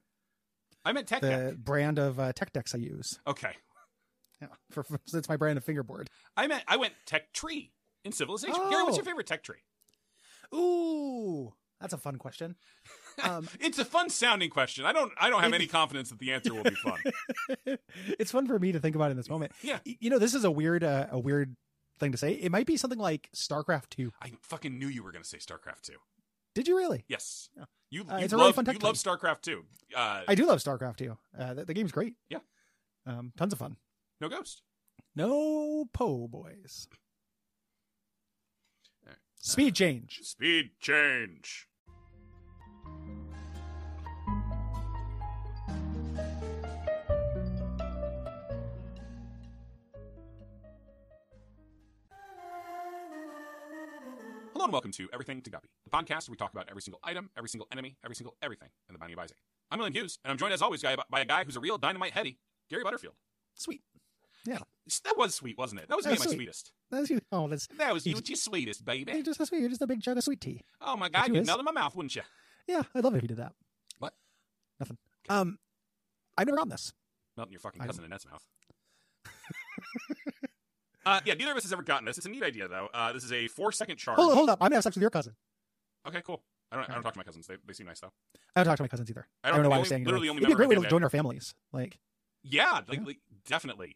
I meant Tech
the
Deck.
brand of uh, tech decks I use.
Okay.
Yeah, for, for it's my brand of fingerboard.
I meant I went Tech Tree in Civilization. Gary, what's
Oh.
your favorite Tech Tree?
Ooh, that's a fun question. Um,
It's a fun sounding question. I don't I don't have any confidence that the answer will be fun.
it's fun for me to think about in this moment.
Yeah.
Y- you know, this is a weird, uh, a weird thing to say. It might be something like StarCraft Two.
I fucking knew you were going to say StarCraft 2.
Did you really?
Yes.
Yeah.
You,
Uh,
you
it's a really
love
fun tech
you love StarCraft 2. Uh,
I do love StarCraft Two. Uh, the, the game's great.
Yeah.
um, tons of fun.
no ghost.
No po boys.
Alright.
Speed change.
Speed change. Hello and welcome to Everything to Guppy, the podcast where we talk about every single item, every single enemy, every single everything in the Binding of Isaac. I'm William Hughes, and I'm joined as always guy- by a guy who's a real dynamite heady, Gary Butterfield.
Sweet.
That was sweet, wasn't it? That was
That
me at
was
my
sweet.
sweetest.
That's you. Oh, that's
That was
You
you at your sweetest, baby.
you're just a sweet. You're just a big jug of sweet tea.
Oh my God,
you
you'd
is.
melt in my mouth, wouldn't you?
Yeah, I'd love it if you did that.
What?
Nothing. Um, I've never gotten this.
Melt in your fucking
I
cousin Annette's mouth. uh, yeah, neither of us has ever gotten this. It's a neat idea, though. Uh, this is a four second charge.
Hold, hold up. I'm gonna have sex with your cousin.
Okay, cool. I don't, I don't talk to my cousins. They, they seem nice, though.
I don't talk to my cousins either. I don't, know
the
why
only-
I'm saying. it.
literally
Like,
only
It'd be a
member of
great
my
way
family-
to join our families. Like,
Yeah, like,
Yeah.
like, definitely.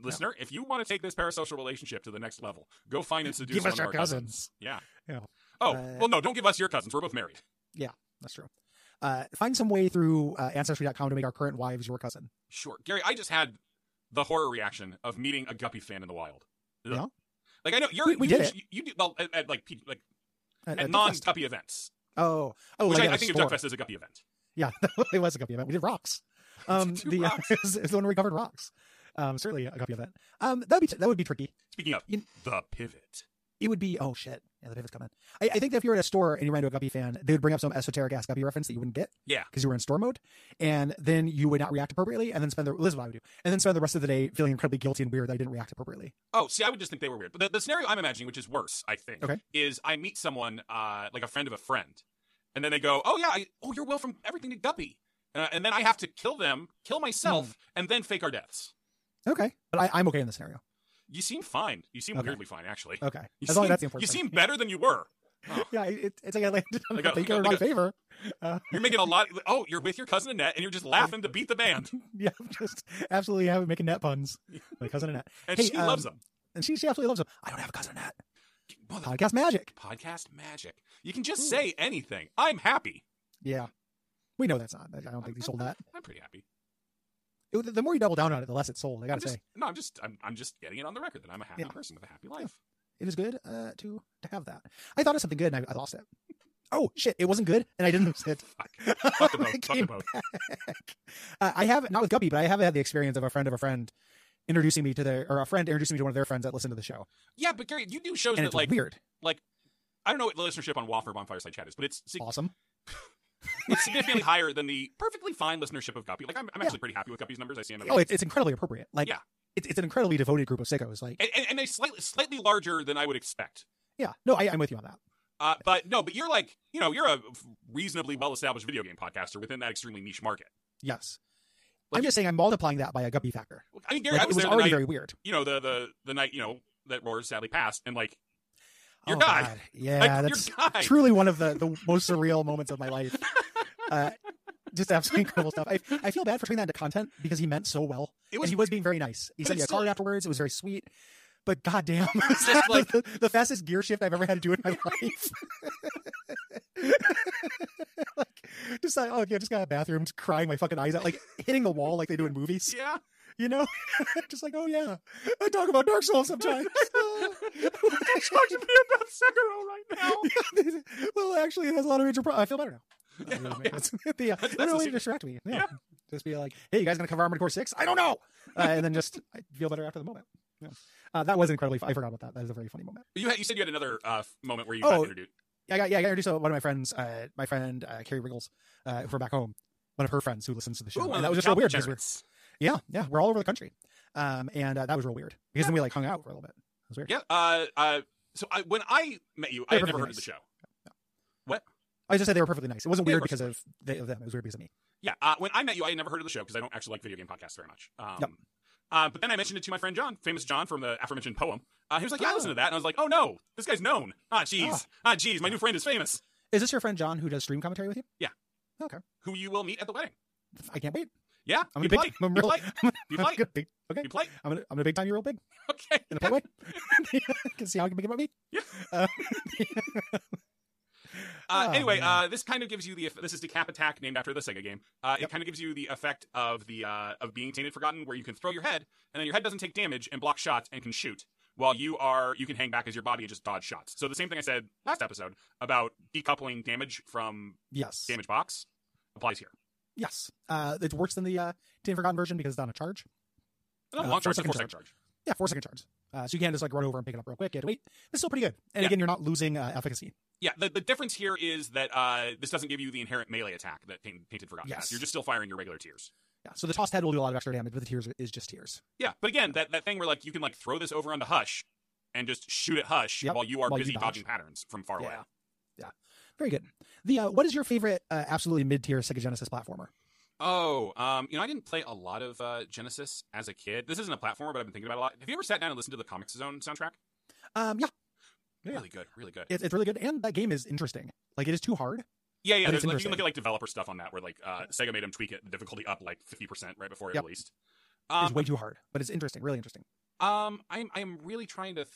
Listener, if you want to take this parasocial relationship to the next level, go find and seduce
give
one
us
of
your
our
cousins.
Yeah.
Yeah.
Oh,
Uh,
well, no, don't give us your cousins. We're both married.
That's true. Uh, find some way through uh, ancestry.com to make our current wives your cousin.
Sure. Gary, I just had the horror reaction of meeting a guppy fan in the wild. Ugh.
Yeah.
Like, I know you're,
We- we
you,
did
you, you do, well, at, at, like, P- like
Uh,
at
Duckfest.
non guppy events,
Oh, oh,
which
like
I,
at
I
a
think
store.
of Duckfest as a guppy event.
Yeah, it was a guppy event. We did rocks. Um,
Two
the, uh,
rocks.
it's the one where we covered rocks. Um, certainly a copy of that. Um, that would be t- that would be tricky.
Speaking of
You-
the pivot,
It would be oh shit, yeah, the pivot's coming. I, I think that if you were at a store and you ran into a Guppy fan, they would bring up some esoteric ass Guppy reference that you wouldn't get
yeah,
because you were in store mode, and then you would not react appropriately, and then spend the this is what I would do, and then spend the rest of the day feeling incredibly guilty and weird that I didn't react appropriately.
Oh, see, I would just think they were weird. But the, the scenario I'm imagining, which is worse, I think,
Okay.
is I meet someone, uh, like a friend of a friend, and then they go, "Oh yeah, I, oh you're Will from Everything to Guppy," uh, and then I have to kill them, kill myself,
Hmm.
and then fake our deaths.
Okay, but I, I'm okay in this scenario.
You seem fine. You seem
Okay.
weirdly fine, actually.
Okay,
You
as
seem,
long as that's the
you
important. thing.
seem better than you were.
yeah, it, it- it's like I landed on
Like a-
a finger in
like
my
a-
favor.
You're making a lot. Oh, you're with your cousin Annette, and you're just laughing to beat the band,
Yeah, I'm just absolutely having making net puns. My cousin Annette,
and
Hey,
she loves
um,
them.
and she she absolutely loves him. I don't have a cousin Annette.
Mother-
Podcast magic.
podcast magic. You can just
Ooh.
say anything. I'm happy.
Yeah, we know that's not. I don't think they sold that.
I'm pretty happy.
It- the more you double down on it, the less it's sold. I
I'm
gotta
just,
say,
no, I'm just, I'm, I'm just getting it on the record that I'm a happy
Yeah.
person with a happy life.
it is good uh, to to have that. I thought of something good and I, I lost it. Oh shit! It wasn't good, and I didn't lose it.
Fuck. Fuck the boat.
It
Fuck the
came
boat.
back. Uh, I have not with Guppy, but I have had the experience of a friend of a friend introducing me to their or a friend introducing me to one of their friends that listened to the show,
Yeah, but Gary, you do shows
and
that
it's
like
weird,
I don't know what the listenership on Waffle on Fireside Chat is, but it's, sig-
awesome.
it's significantly higher than the perfectly fine listenership of Guppy. Like I'm, I'm
Yeah.
actually pretty happy with Guppy's numbers. I see them.
Oh, it's it's incredibly appropriate. Like,
Yeah.
it's it's an incredibly devoted group of sickos. Like,
and, and, and they slightly slightly larger than I would expect.
yeah, no, I, I'm with you on that.
Uh, but no, but you're like you know you're a reasonably well established video game podcaster within that extremely niche market.
Yes,
Like-
I'm just saying I'm multiplying that by a Guppy factor.
I mean, Gary,
Like,
I was,
it was
there the
already
night,
very weird.
you know the the the night you know that Roar sadly passed, and like Your
oh,
guy.
God. Yeah,
like,
that's
your guy.
truly one of the, the most surreal moments of my life. Uh, just absolutely incredible stuff. I, I feel bad for turning that into content because he meant so well.
It
and
was
he was being very nice. He
but
sent me
it's
a
still-
card afterwards. It was very sweet. But goddamn, it's
just
the-
like-
the, the fastest gear shift I've ever had to do in my life. like, just like, oh, yeah, just got out of the bathroom, just crying my fucking eyes out, like hitting the wall like they do in movies,
yeah.
you know? just like, oh, yeah, I talk about Dark Souls sometimes.
They're talking to me about Sekiro right now.
well, actually, it has a lot of major problems. I feel better now.
Yeah, oh,
Uh,
yeah.
it's- the, uh,
That's- that's
I don't
a
know way to
secret.
distract me. Yeah.
Yeah.
Just be like, hey, you guys gonna cover Armored Core Six? I don't know. Uh, and then just I feel better after the moment. Yeah. Uh, that was incredibly. Fun. I forgot about that. That is a very funny moment.
You, had, you said you had another uh, f- moment where you
Oh.
got introduced.
Yeah, I got yeah. I got introduced to one of my friends. Uh, my friend uh, Carrie Riggles uh, from back home. One of her friends who listens to the show.
Ooh,
and
one
that
of
was
the
just real
Calvin
weird. 'cause we're-
Jarrett's.
yeah, yeah, we're all over the country. Um, and uh, that was real weird because then we like hung out for a little bit. It was weird.
Yeah. Uh, uh, so I, when I met you, I
They're
had never
perfectly
heard of the
nice.
show.
I just said they were perfectly nice. It wasn't
Yeah,
weird
of course.
because of, they, of them. It was weird because of me.
Yeah. Uh, when I met you, I had never heard of the show because I don't actually like video game podcasts very much. Um,
Yep.
uh, but then I mentioned it to my friend John, famous John from the aforementioned poem. Uh, he was like, "Yeah, I
Ah.
listened to that," and I was like, "Oh no, this guy's known. Ah, jeez.
Ah.
Ah, jeez. My new friend is famous.
Is this your friend John who does stream commentary with you?
Who you will meet at the wedding?
I can't wait.
Yeah.
I'm
you
gonna big.
play.
I'm
You
real-
play. You
I'm
play.
gonna big. Okay.
You play.
I'm gonna I'm gonna big time you real big.
Okay.
in a polite way. can see how I can make it about me.
Yeah.
Uh,
Uh,
Oh,
anyway,
man.
uh, this kind of gives you the eff- this is Decap Attack named after the Sega game. Uh, It
Yep.
kind of gives you the effect of the uh, of being tainted, forgotten, where you can throw your head and then your head doesn't take damage and block shots and can shoot, while you are you can hang back as your body and just dodge shots. So the same thing I said last episode about decoupling damage from
yes.
damage box applies here.
Yes. Uh, it's worse than the uh, Tin Forgotten version because it's on a charge.
Not a
Uh,
long
four
charge, it's a
second
four second charge.
Yeah, four second charge. Uh, so you can just like run over and pick it up real quick. You have to wait. It's still pretty good. And
Yeah.
again, you're not losing uh, efficacy.
Yeah, the, the difference here is that uh, this doesn't give you the inherent melee attack that Taint- Tainted Forgotten
Yes.
has. You're just still firing your regular tiers.
Yeah. So the tossed head will do a lot of extra damage, but the tears is just tears.
Yeah, but again, that, that thing where like you can like throw this over onto Hush and just shoot at Hush
Yep,
while you are
while you
busy
dodge.
dodging patterns from far away.
Yeah. Yeah. Very good. The uh, what is your favorite uh, absolutely mid tier Sega Genesis platformer?
Oh, um, you know, I didn't play a lot of uh, Genesis as a kid. This isn't a platformer, but I've been thinking about it a lot. Have you ever sat down and listened to the Comic Zone soundtrack?
Um, yeah, Yeah.
Really good, really good.
it's, it's really good, and that game is interesting. Like it is too hard.
yeah, yeah.
but
There's, like,
it's
you can look
interesting.
at like developer stuff on that, where like uh, Sega made them tweak it, the difficulty up like fifty percent right before it
Yep.
released.
It's
Um,
way too hard, but it's interesting. Really interesting.
um, I'm I'm really trying to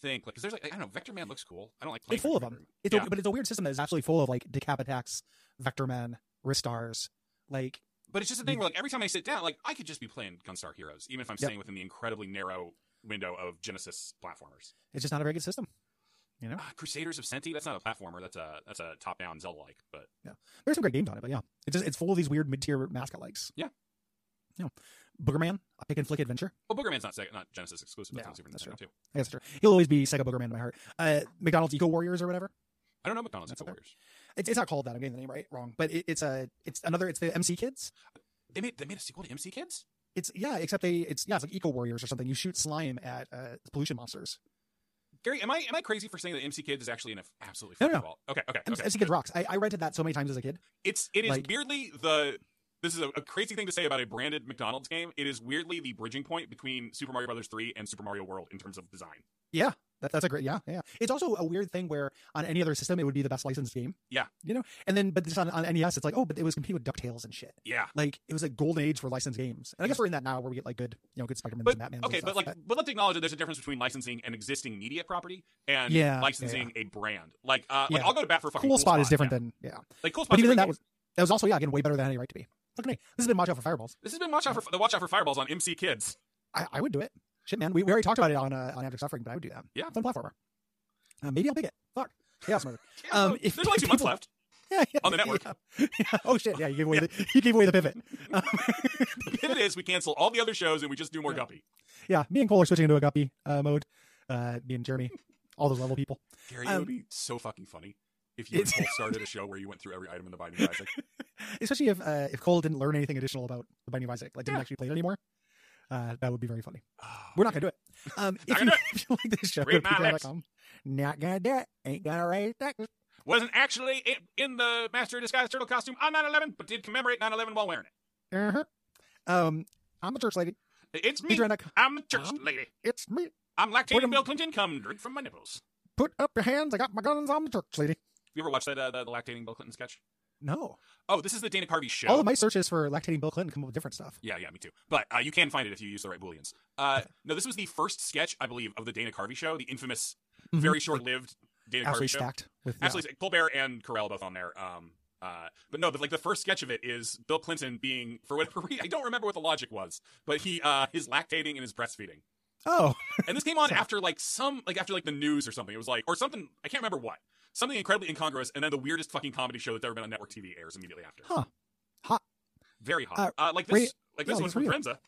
think like 'cause there's like I don't know, Vector Man looks cool. I don't like playing
It's full of
Vector
them.
Man.
It's
Yeah.
a, but it's a weird system that is absolutely full of like decap attacks, vector men, ristars. Like
But it's just a thing where like every time I sit down, like I could just be playing Gunstar Heroes, even if I'm
Yep.
staying within the incredibly narrow window of Genesis platformers.
it's just not a very good system. You know,
Uh, Crusaders of Senti, that's not a platformer, that's a that's a top down Zelda like, but
there's some great games on it, but yeah, it's just it's full of these weird mid tier mascot likes.
Yeah.
yeah. Boogerman, a pick and flick adventure.
Well, Boogerman's not Sega, not Genesis exclusive. That's
No,
on Super
that's
Nintendo too.
I guess it's true. He'll always be Sega Boogerman in my heart. Uh, McDonald's Eco Warriors or whatever.
I don't know McDonald's
That's
Eco
okay.
Warriors.
It's, it's not called that. I'm getting the name right wrong, but it, it's a it's another. It's the MC Kids.
They made they made a sequel to MC Kids.
It's yeah, except they it's yeah, it's like Eco Warriors or something. You shoot slime at uh, pollution monsters.
Gary, am I am I crazy for saying that MC Kids is actually an absolutely
No,
fucking
no.
vault? Okay, okay,
MC,
okay.
MC Kids rocks. I, I rented that so many times as a kid.
It's it is
Like-
weirdly the this is a, a crazy thing to say about a branded McDonald's game. It is weirdly the bridging point between Super Mario Brothers 3 and Super Mario World in terms of design.
That, that's a great yeah yeah. It's also a weird thing where on any other system it would be the best licensed game.
Yeah.
you know, and then but this on, on NES it's like oh, but it was competing with Ducktales and shit.
Yeah.
Like it was a golden age for licensed games, and I guess we're in that now where we get like good you know good Spider-Man
But
and Batman.
okay, but like but let's acknowledge that there's a difference between licensing an existing media property and
Yeah, yeah,
licensing a brand. Like uh like
Yeah.
I'll go to bat for fucking
Cool Spot is different
yeah.
than yeah.
like Cool
But
Spot.
even then that was that was also yeah again way better than any right to be. Look at me. This has been Watch Out for Fireballs.
This has been watch out for the watch out for fireballs on MC Kids.
I, I would do it. Shit, man. We, we already talked about it on uh, on After Suffering, but I would do that.
Yeah.
fun platformer. Uh, maybe I'll pick it. Fuck. Chaos murder.
Yeah,
Um,
well,
if-
there's only
if
two months
people-
left.
Yeah, yeah,
On the network.
yeah. Yeah. Oh shit! Yeah, you gave away the you gave away the pivot. Um,
The pivot is we cancel all the other shows and we just do more
Yeah.
Guppy.
yeah, me and Cole are switching into a guppy uh, mode. Uh, me and Jeremy, all those level people.
Gary, it
Um,
would be so fucking funny if you and
it's-
Cole started a show where you went through every item in the Binding of Isaac.
Especially if uh, if Cole didn't learn anything additional about the Binding of Isaac, like didn't
Yeah.
actually play it anymore. Uh, that would be very funny.
Oh,
We're not gonna do it. Um, if,
Not
you,
gonna
if you like this show,
Read my lips.
patreon.com. Not gonna do it. Ain't gonna raise taxes.
Wasn't actually in, in the Master of Disguise turtle costume on 9 11, but did commemorate 9 11 while wearing
Uh-huh. Um, I'm a church lady.
it. It's me.
Patreon.com.
I'm a church
Um,
lady.
It's me.
I'm
Put
lactating
'em-
Bill Clinton. Come drink from my nipples.
Put up your hands. I got my guns. I'm a church lady.
You ever watch that uh, the, the lactating Bill Clinton sketch?
No.
Oh, this is the Dana Carvey show.
All of my searches for lactating Bill Clinton come up with different stuff.
Yeah, yeah, me too. But uh, you can find it if you use the right booleans. Uh, no, this was the first sketch, I believe, of the Dana Carvey show, the infamous,
Mhm.
very short-lived Dana
Absolutely
Carvey show.
stacked with yeah.
Absolutely, Colbert and Carell both on there. Um, uh, but no, the, like the first sketch of it is Bill Clinton being for whatever reason I don't remember what the logic was, but he uh is lactating and is breastfeeding,
Oh,
and this came on
Sorry.
after like some like after like the news or something. It was like or something I can't remember what something incredibly incongruous, and then the weirdest fucking comedy show that's ever been on network TV airs immediately after.
Huh. Hot.
Very hot. Uh, like this,
ra-
like
yeah,
this one
it's
from
real.
Frenza.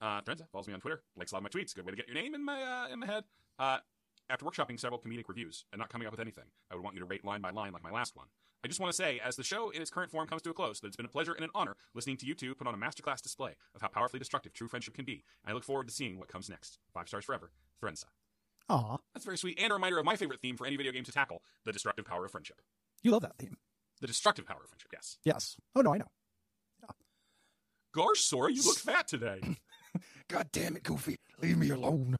Uh, Frenza follows me on Twitter, likes a lot of my tweets. Good way to get your name in my uh, in my head. Uh, after workshopping several comedic reviews and not coming up with anything, I would want you to rate line by line like my last one. I just want to say, as the show in its current form comes to a close, that it's been a pleasure and an honor listening to you two put on a masterclass display of how powerfully destructive true friendship can be. I look forward to seeing what comes next. Five stars forever, Frenza.
aw,
That's very sweet, and a reminder of my favorite theme for any video game to tackle: the destructive power of friendship.
you love that theme.
The destructive power of friendship. Yes.
Yes. Oh no, I know.
Gosh, Sora, you look fat today.
God damn it, Goofy, leave me alone.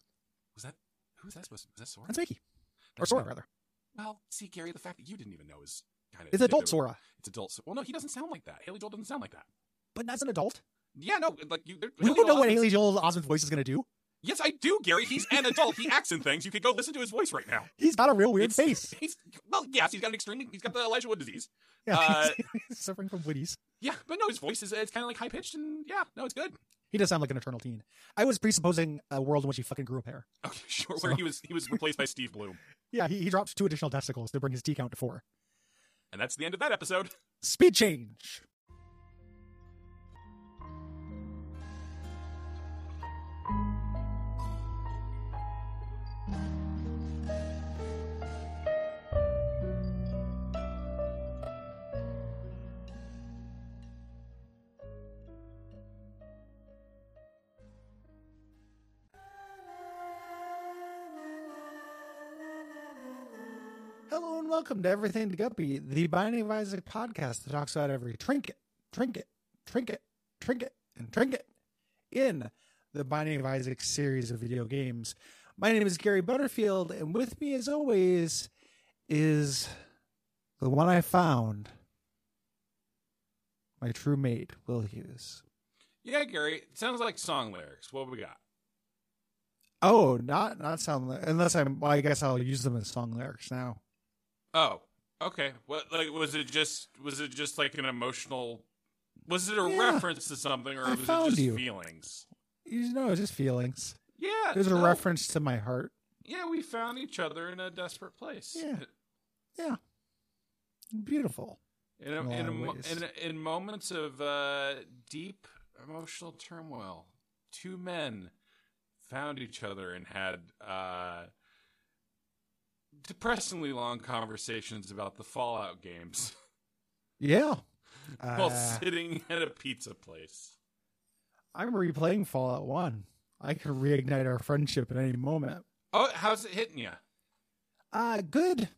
Was that who was that supposed? to Was that Sora?
That's Mickey or Sora rather.
Well, see, Gary, the fact that you didn't even know is kind of
It's adult Sora,
It's adult. Sora. Well, no, he doesn't sound like that. Haley Joel doesn't sound like that.
but as an adult,
Yeah, no, like you. there-
we
Haley
don't know
Joel
what
Osment's-
Haley Joel Osment's voice is gonna do.
Yes, I do, Gary. He's an adult. he acts in things. You could go listen to his voice right now.
He's got a real weird
It's-
face.
He's well, yes, he's got an extremely. He's got the Elijah Wood disease.
Yeah,
Uh,
he's suffering from Woody's.
Yeah, but no, his voice is uh, it's kind of like high pitched and yeah, no, it's good.
He does sound like an eternal teen. I was presupposing a world in which he fucking grew up hair.
Okay, sure. Where
So-
he was he was replaced by Steve Bloom,
Yeah, he, he dropped two additional testicles to bring his T count to four.
and that's the end of that episode.
Speed change. Hello and welcome to Everything to Guppy, the Binding of Isaac podcast that talks about every trinket, trinket, trinket, trinket, and trinket in the Binding of Isaac series of video games. My name is Gary Butterfield, and with me, as always, is the one I found, my true mate, Will Hughes.
Yeah, Gary. It sounds like song lyrics. What we got?
Oh, not not sound li- unless I'm. Well, I guess I'll use them as song lyrics now.
Oh, okay. What like was it just was it just like an emotional was it a
Yeah.
reference to something or
I
was it
found
just
you.
feelings?
You know, it's just feelings.
Yeah.
There's a
no.
reference to my heart.
Yeah, we found each other in a desperate place.
Yeah. Beautiful.
In a,
In
in,
a lot
a
of
mo-
ways.
in, a- in moments of uh, deep emotional turmoil, two men found each other and had uh, depressingly long conversations about the Fallout games
Yeah.
while
Uh,
sitting at a pizza place.
I'm replaying Fallout 1. I could reignite our friendship at any moment.
Oh, how's it hitting you?
Uh, good.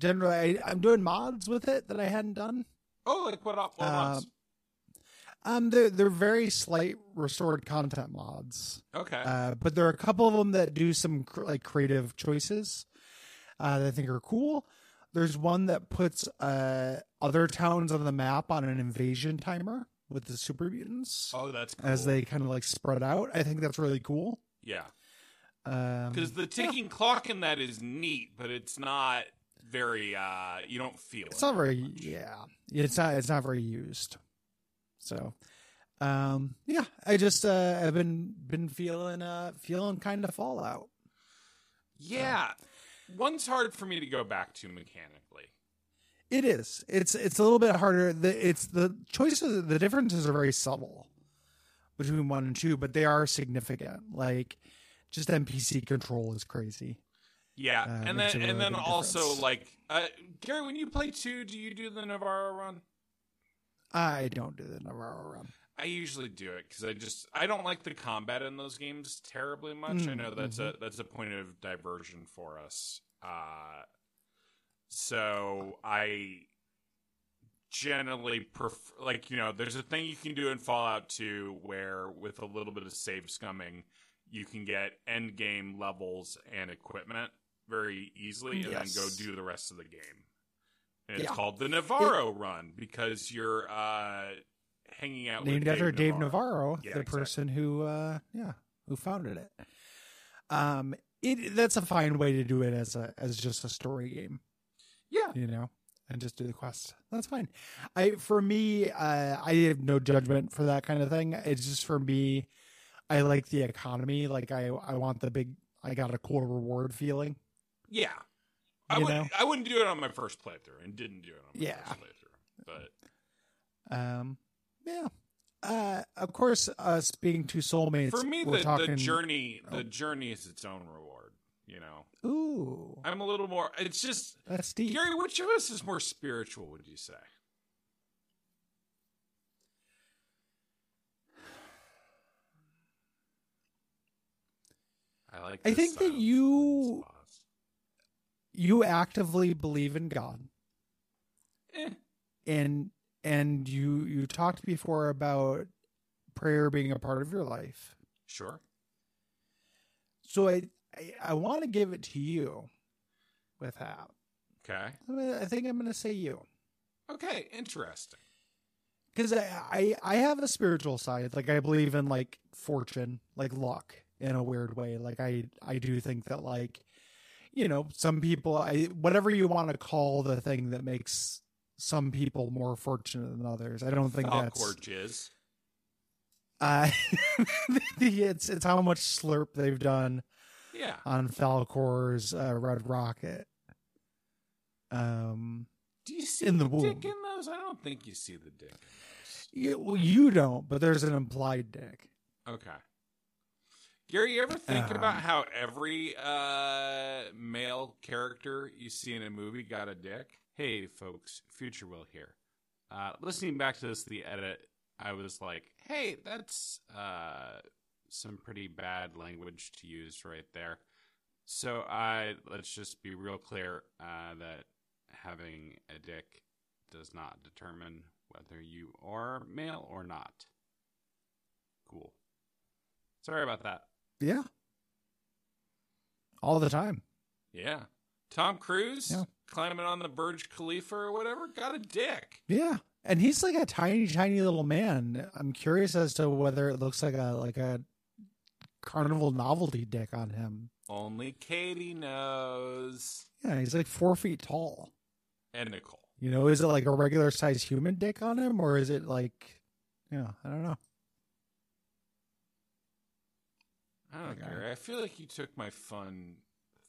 Generally, I, I'm doing mods with it that I hadn't done.
Oh, like what up? What
Uh,
else?
Um, they're, they're very slight restored content mods.
Okay.
Uh, but there are a couple of them that do some cr- like creative choices uh, that I think are cool. There's one that puts uh, other towns on the map on an invasion timer with the super mutants
oh, that's cool.
as they kind of like spread out. I think that's really cool.
yeah, because
Because
the ticking clock in that is neat, but it's not very. uh You don't feel
it's
it.
not very yeah, it's not it's not very used. So, um, yeah, I just uh, I've been been feeling uh feeling kind of Fallout.
Yeah, one's hard for me to go back to mechanically.
It is. It's it's a little bit harder. The it's the choices the differences are very subtle between one and two, but they are significant. Like just NPC control is crazy.
Yeah,
Uh,
and
makes
then
a really
and then
big
also
difference.
like uh, Gary, when you play two, do you do the Navarro run?
I don't do the Navarro run.
I usually do it because I just I don't like the combat in those games terribly much. I
Mm,
know that's a that's a point of diversion for us. Uh, so I generally prefer like you know there's a thing you can do in Fallout 2 where with a little bit of save scumming you can get end game levels and equipment very easily and then go
Yes.
do the rest of the game. And it's
Yeah.
called the Navarro run because you're uh, hanging out
Named
with
after Dave Navarro,
Yeah,
the
exactly.
person who uh yeah, who founded it. Um it that's a fine way to do it as a as just a story game.
Yeah.
you know, and just do the quest. That's fine. I for me, uh, I have no judgment for that kind of thing. It's just for me, I like the economy. Like I, I want the big. I got a cool reward feeling.
Yeah. I,
You
would,
know?
I wouldn't do it on my first playthrough and didn't do it on my
Yeah.
first playthrough. But
Um, yeah. Uh, of course, us being two soulmates.
for me,
we're
the, the
talking,
journey the
Oh.
journey is its own reward. You know,
Ooh,
I'm a little more. It's just
that's deep.
Gary. Which of us is more spiritual? Would you say? I like.
I
this
think that
silence and
you-
pause.
you actively believe in God.
Eh,
and and you you talked before about prayer being a part of your life
sure.
so i i, I want to give it to you with that
Okay.
I'm gonna- i think i'm gonna say you
Okay. Interesting.
because I, I i have a spiritual side like i believe in like fortune like luck in a weird way like i i do think that like you know some people i whatever you want to call the thing that makes some people more fortunate than others i don't think that's
Falcor jizz.
Uh, the, it's it's how much slurp they've done
Yeah.
on Falcor's uh, Red Rocket. Um,
Do you see
in the
dick
womb.
in those? I don't think you see the dick in
you, well, you don't, but there's an implied dick.
those. Okay. Gary, you ever think
Um,
about how every uh, male character you see in a movie got a dick? Hey, folks, Future Will here. Uh, listening back to this, the edit, I was like, hey, that's uh, some pretty bad language to use right there. So I let's just be real clear uh, that having a dick does not determine whether you are male or not. Cool. Sorry about that.
Yeah, all the time.
Yeah. Tom Cruise
Yeah.
climbing on the Burj Khalifa or whatever got a dick.
Yeah, and he's like a tiny, tiny little man. I'm curious as to whether it looks like a like a carnival novelty dick on him.
Only Katie knows.
Yeah, he's like four feet tall.
And Nicole.
You know, is it like a regular size human dick on him, or is it like, you know, I don't know.
I don't know,
Okay.
Gary. I feel like you took my fun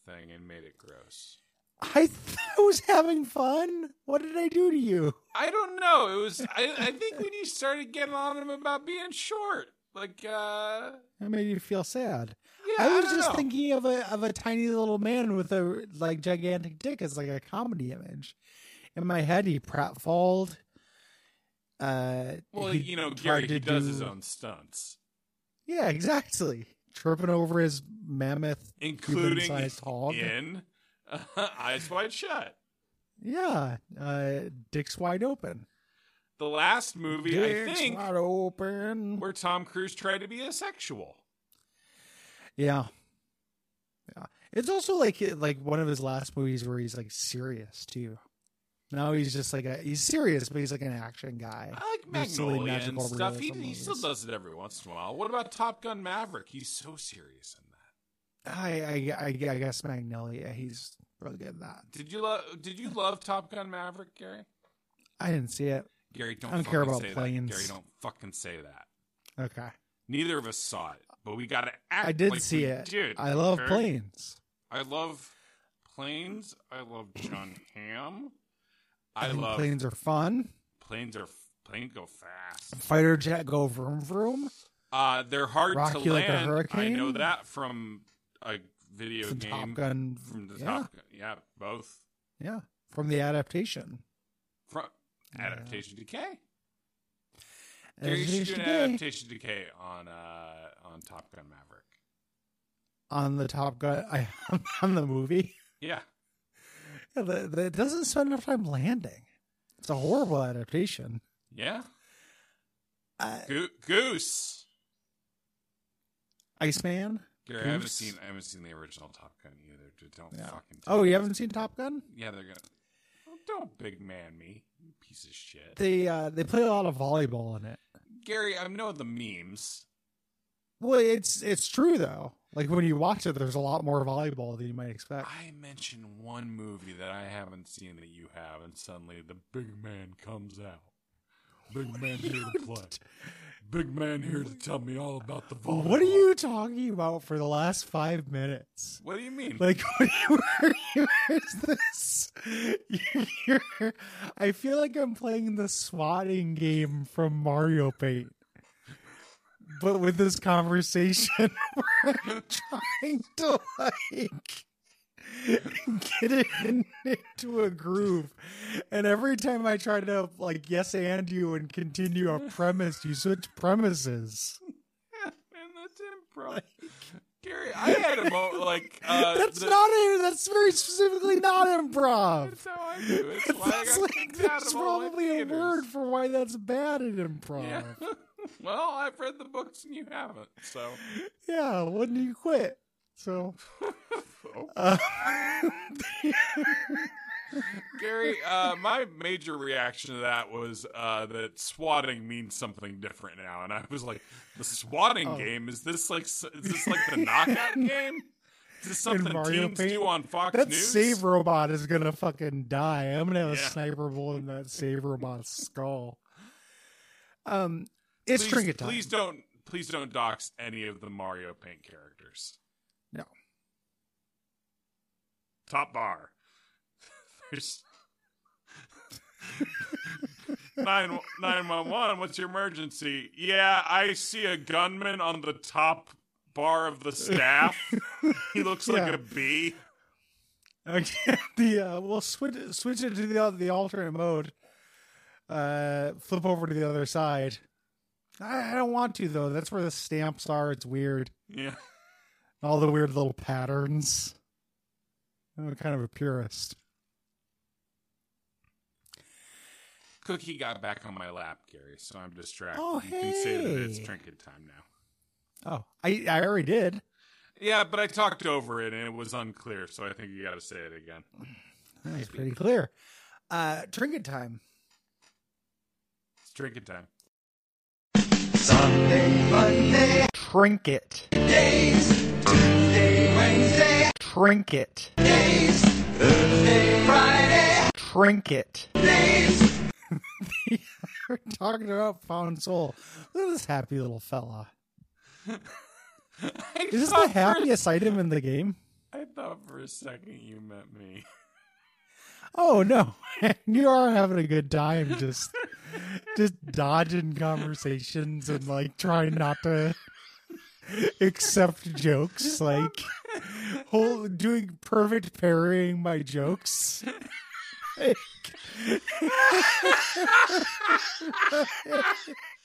thing and made it gross.
I th- I was having fun. What did I do to you?
I don't know. It was. I, I think when you started getting on him about being short, Like, uh,
That made you feel sad.
yeah,
I was
don't
just
know.
thinking of a of a tiny little man with a like gigantic dick as like a comedy image. In my head, he pratfalled. Uh,
Well,
he
you know, Gary,
tried to
he does his
do-
own stunts,
Yeah, exactly. Tripping over his mammoth
including
human-sized hog.
in uh, Eyes Wide Shut.
Yeah, uh, dicks wide open.
The last movie,
dicks
I think,
wide open.
where Tom Cruise tried to be asexual.
Yeah, yeah. It's also like like one of his last movies where he's like serious too. Now he's just like a he's serious, but he's like an action guy.
I like
There's so many
Magnolia and
magical
stuff. He,
realism
he still
movies.
does it every once in a while. What about Top Gun Maverick? He's so serious in that.
I I, I, I guess Magnolia. He's really good at that.
Did you love? Did you love Top Gun Maverick, Gary?
I didn't see it.
Gary, don't.
I don't care
fucking
about
say
planes.
That. Gary, don't fucking say that.
Okay,
Neither of us saw it, but we got to act.
I did
like
see
we
it.
Did.
I love
okay?
planes.
I love planes. I love John Hamm. I,
think
love planes.
planes are fun.
Planes are planes go fast.
Fighter jet go vroom vroom.
Uh, they're hard
Rock
to
you like a
land. I know
hurricane?
that from a video
From
game
Top Gun.
from the
yeah,
Top Gun. Yeah, both
yeah. From the adaptation.
from
Yeah.
adaptation decay. Gary, you should do an
Adaptation
adaptation decay on uh on Top Gun Maverick.
on the Top Gun. I, on the movie.
Yeah,
Yeah, the- the- It doesn't spend enough time landing. It's a horrible adaptation.
yeah.
Uh,
Go- Goose.
Iceman.
Gary, I haven't
Goose?
seen I haven't seen the original Top Gun either. dude. Don't
Yeah.
fucking. tell
Oh,
me
you
it's
haven't seen Top Gun?
Yeah, they're gonna. Well, don't big man me, you piece of shit.
They uh, they play a lot of volleyball in it.
Gary, I know the memes.
Well, it's it's true though. Like when you watch it, there's a lot more volleyball than you might expect.
I mentioned one movie that I haven't seen that you have, and suddenly the big man comes out. Big man here to play. Big man here to tell me all about the volleyball.
What are you talking about for the last five minutes?
What do you mean?
Like, where's this? You're, I feel like I'm playing the swatting game from Mario Paint, but with this conversation, where I'm trying to like get it in, into a groove, and every time I try to like yes and you and continue a premise, you switch premises.
Yeah, man, that's improv. Gary, I had a moment like uh,
that's
the-
not it. That's very specifically not improv.
That's how I do it. That's why I
That's
got
like-
kicked out
there's
of all my
probably a
theaters.
word for why that's bad at improv.
Yeah.
Yeah,
well, I've read the books and you haven't, so.
when do you quit? So,
Oh,
uh,
Gary, uh, my major reaction to that was uh, that swatting means something different now, and I was like, "The swatting
Oh.
game is this like s- is this like the knockout game? Is this something
Mario
teams
Paint?
do on Fox
that
News?"
save robot is gonna fucking die. I'm gonna have a
Yeah.
sniper bullet in that save robot's skull. Um, it's
please,
trinket time.
Please don't, please don't dox any of the Mario Paint characters.
No.
Top bar. There's nine nine one one. What's your emergency? Yeah, I see a gunman on the top bar of the staff. He looks like
Yeah.
a bee.
Okay, the uh, we'll switch switch it to the oth- the alternate mode. Uh, flip over to the other side. I, I don't want to though. That's where the stamps are. It's weird.
Yeah.
All the weird little patterns. I'm kind of a purist.
Cookie got back on my lap, Gary, so I'm distracted.
Oh,
You can say that it's
hey.
trinket time now.
Oh, I I already did.
Yeah, but I talked over it and it was unclear, so I think you got to say it again.
That was pretty clear. Uh, trinket time.
It's trinket time.
Sunday, Monday,
Trinket.
days, Tuesday, Wednesday,
Trinket.
days, Thursday, Friday,
Trinket.
days.
We're talking about found soul. Look at this happy little fella.
I
Is this
thought
the
for-
happiest item in the game?
I thought for a second you meant me.
Oh no, you are having a good time just just dodging conversations and like trying not to accept jokes, like whole doing perfect parrying my jokes. Like-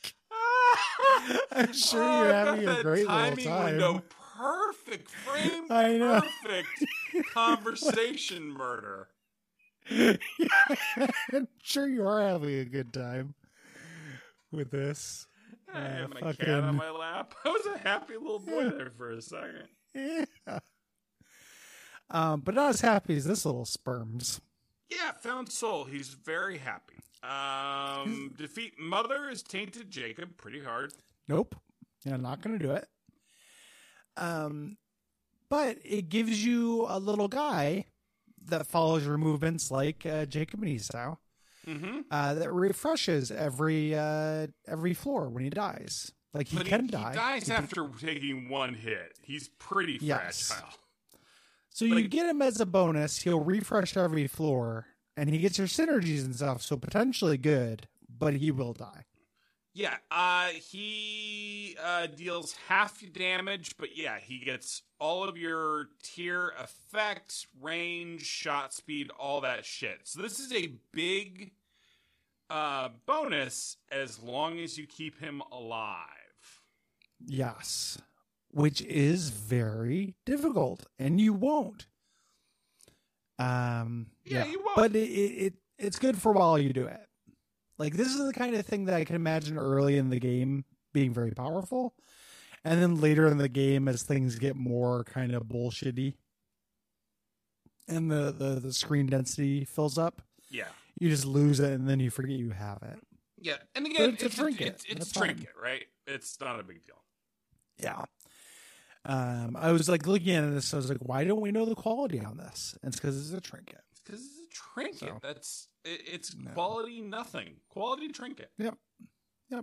I'm sure
Oh,
you're having a great little
timing
time.
window, perfect frame,
I know.
perfect conversation murder.
I'm sure you are having a good time with this.
I
Yeah,
have my cat
fucking-
on my lap. I was a happy little boy there for a second.
Yeah. Um, but not as happy as this little sperms.
Yeah, found soul. He's very happy. Um, defeat mother has tainted Jacob pretty hard.
Nope. Yeah, not gonna do it. Um but it gives you a little guy that follows your movements like uh, Jacob and Esau,
Mm-hmm.
uh, that refreshes every uh, every floor when he dies. Like he
but
can
he,
die.
he dies after taking one hit. He's pretty
Yes.
fragile.
So
But
you
it-
get him as a bonus. He'll refresh every floor, and he gets your synergies and stuff. So potentially good, but he will die.
Yeah, uh, he uh, deals half your damage, but yeah, he gets all of your tier effects, range, shot speed, all that shit. So this is a big uh, bonus as long as you keep him alive.
Yes, which is very difficult, and you won't. Um,
Yeah,
yeah,
you won't.
But it, it, it it's good for while you do it. Like this is the kind of thing that I can imagine early in the game being very powerful, and then later in the game as things get more kind of bullshitty, and the the, the screen density fills up,
Yeah.
you just lose it, and then you forget you have it.
Yeah, and again,
it's a trinket.
It's, it's
That's
trinket, right? It's not a big deal.
Yeah. Um, I was like looking at this. I was like, why don't we know the quality on this? And it's because it's a trinket.
It's because it's a trinket.
So.
That's it, it's
No.
quality nothing. Quality trinket.
Uh,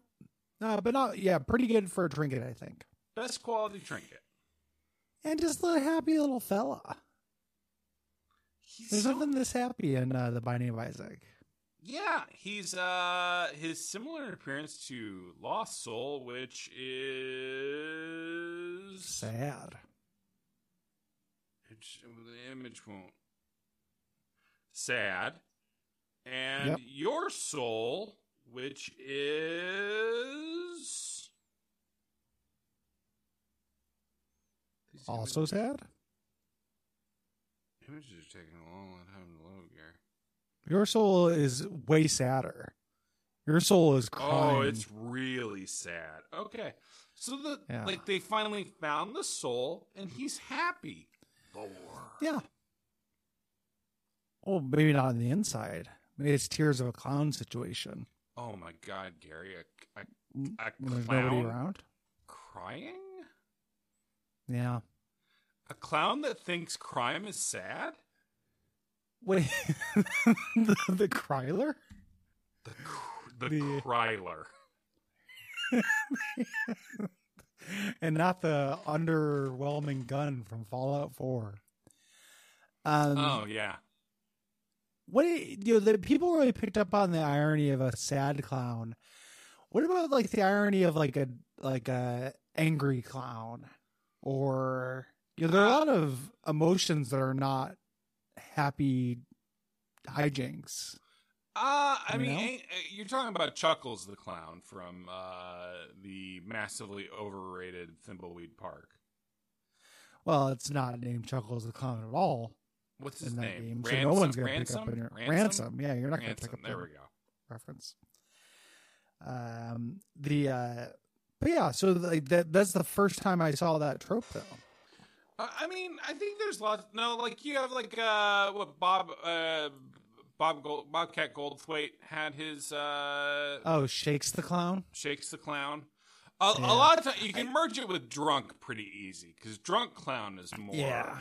but not, yeah, pretty good for a trinket, I think.
Best quality trinket.
And just a happy little fella.
He's
There's
so-
nothing this happy in uh, the Binding of Isaac.
Yeah, he's uh his similar appearance to Lost Soul, which is
Sad.
It's- the image won't sad, and
Yep.
your soul, which is These
Also
images-
sad.
Images are taking a long time to load here.
Your soul is way sadder. Your soul is crying.
Oh, it's really sad. Okay. So the
Yeah.
like they finally found the soul and he's happy. Lore.
yeah. Well, maybe not on the inside. Maybe it's tears of a clown situation.
Oh my god, Gary, a,
Mm,
a, a
When there's
clown
nobody around.
crying?
Yeah.
A clown that thinks crime is sad?
Wait, the, the Kryler?
The cr- the,
The-
Kryler.
and not the underwhelming gun from Fallout 4. Um,
oh yeah.
What it- you know, the people really picked up on the irony of a sad clown. What about like the irony of like a like a angry clown, or you know, there are a lot of emotions that are not happy hijinks.
Uh, I
You
mean,
know?
ain't- uh, you're talking about Chuckles the clown from uh, the massively overrated Thimbleweed Park.
Well, it's not named Chuckles the clown at all
What's his
in that
name?
game, so no one's gonna pick up on your ransom. Yeah, you're not gonna
Ransom.
pick up.
There
on-
we go.
reference. Um, the uh, but yeah, so like that that's the first time I saw that trope though.
Uh, I mean, I think there's lots. No, like you have like uh, what Bob uh, Bob Gold, Bobcat Goldthwait had his uh,
Oh, shakes the clown.
shakes the clown. A,
Yeah.
a lot of times you can merge it with drunk pretty easy because drunk clown is more.
Yeah.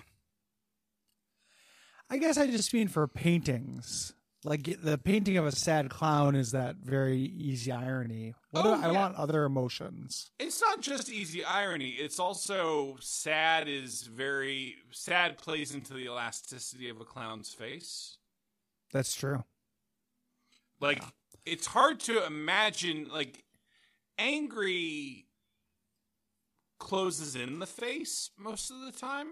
I guess I just mean for paintings. Like the painting of a sad clown is that very easy irony. What
Oh,
do- I
yeah.
want other emotions.
It's not just easy irony. It's also sad is very sad plays into the elasticity of a clown's face.
That's true.
Like it's hard to imagine like angry closes in the face most of the time.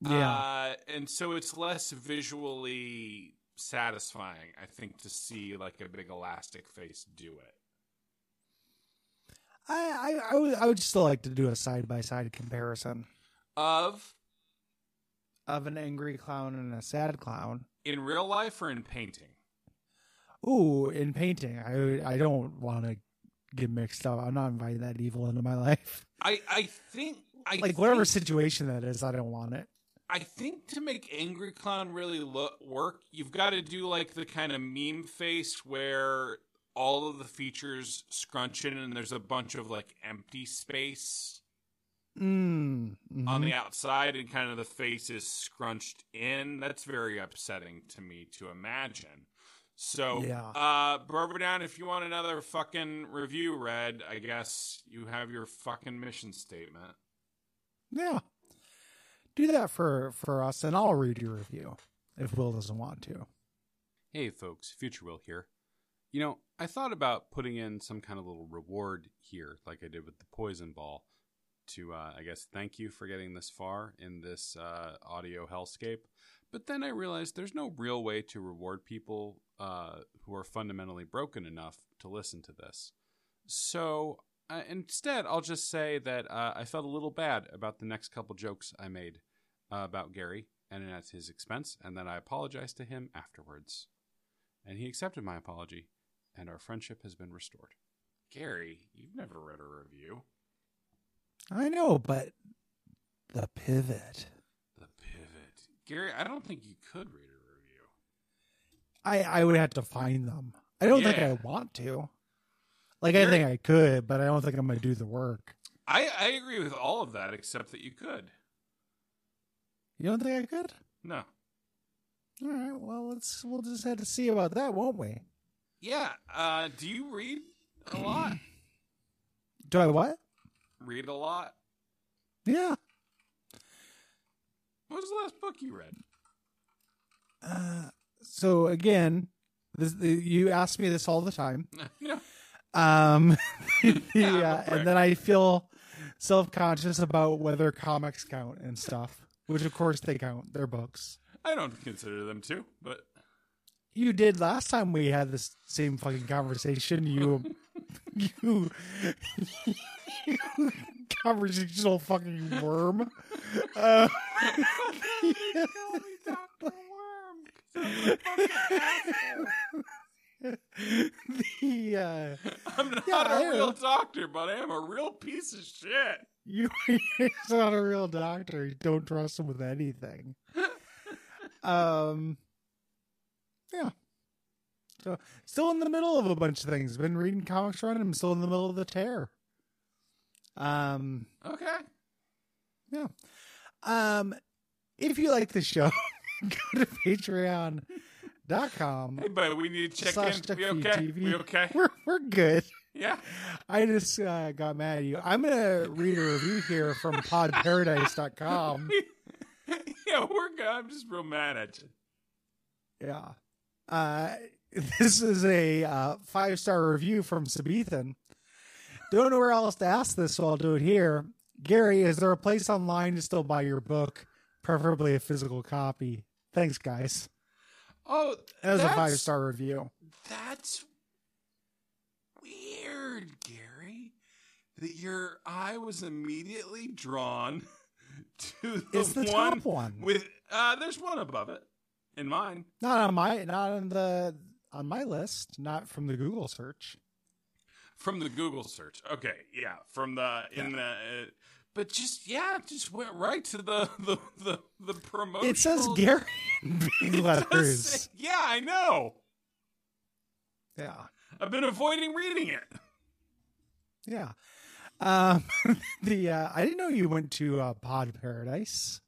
Yeah.
Uh, and so it's less visually satisfying, I think, to see like a big elastic face do it.
I, I, I, would, I would still like to do a side by side comparison
Of
of an angry clown and a sad clown.
in real life or in painting?
Ooh, in painting, I I don't want to get mixed up. I'm not inviting that evil into my life.
I, I think I
Like whatever
think-
situation that is, I don't want it.
I think to make Angry Clown really lo- work, you've got to do like the kind of meme face where all of the features scrunch in and there's a bunch of like empty space
Mm,
on
mhm.
the outside and kind of the face is scrunched in. That's very upsetting to me to imagine. So,
Yeah.
uh, Barber Down, if you want another fucking review read, I guess you have your fucking mission statement.
yeah. Do that for for us, and I'll read your review if Will doesn't want to.
Hey folks, Future Will here. You know, I thought about putting in some kind of little reward here, like I did with the poison ball, to, uh, I guess, thank you for getting this far in this uh, audio hellscape. But then I realized there's no real way to reward people uh, who are fundamentally broken enough to listen to this. So uh, instead, I'll just say that uh, I felt a little bad about the next couple jokes I made uh, about Gary and at his expense, and that I apologized to him afterwards and he accepted my apology, and our friendship has been restored. Gary, you've never read a review.
I know, but the pivot.
The pivot. Gary, I don't think you could read a review.
I I would have to find them. I don't think
Yeah.
I want to. Like I
You're-
think I could, but I don't think I'm gonna do the work.
I, I agree with all of that except that you could.
You don't think I could?
No.
All right. Well, let's we'll just have to see about that, won't we?
Yeah. Uh, do you read a lot?
Do I what?
read a lot?
Yeah.
What was the last book you read?
Uh, so again, this, you ask me this all the time.
no.
Um,
I'm a
yeah,
prick.
and then I feel self-conscious about whether comics count and stuff, which of course they count. They're books.
I don't consider them to, but
You did last time we had this same fucking conversation. You, you, you conversational fucking worm. Uh, the uh,
I'm not
Yeah,
a
I
real
know.
doctor, but I am a real piece of shit.
you he's not a real doctor. You don't trust him with anything. Um, yeah. So still in the middle of a bunch of things. Been reading comics run. I'm still in the middle of the tear. Um.
Okay.
Yeah. Um, if you like the show, go to patreon.com.
Hey, buddy, we need to check
Slash
in. We
Ducky
okay?
TV.
We okay?
We're, we're good.
Yeah.
I just uh, got mad at you. I'm going to read a review here from podparadise.com.
yeah, we're good. I'm just real mad at you.
Yeah. Uh, this is a uh, five star review from Sabethan. Don't know where else to ask this, so I'll do it here. Gary, is there a place online to still buy your book, preferably a physical copy? Thanks, guys.
Oh,
That was a
that's-
five star review.
That's weird, Gary. That your eye was immediately drawn to the,
It's the
one
top one.
with. Uh, there's one above it in mine.
not on my not on the on my list, not from the Google search.
from the Google search. Okay, yeah, from the in the. Uh, but just yeah, it just went right to the the the, the promotion.
It says Gary in big letters.
yeah, I know.
Yeah.
I've been avoiding reading it.
Yeah. Um the uh I didn't know you went to uh Pod Paradise.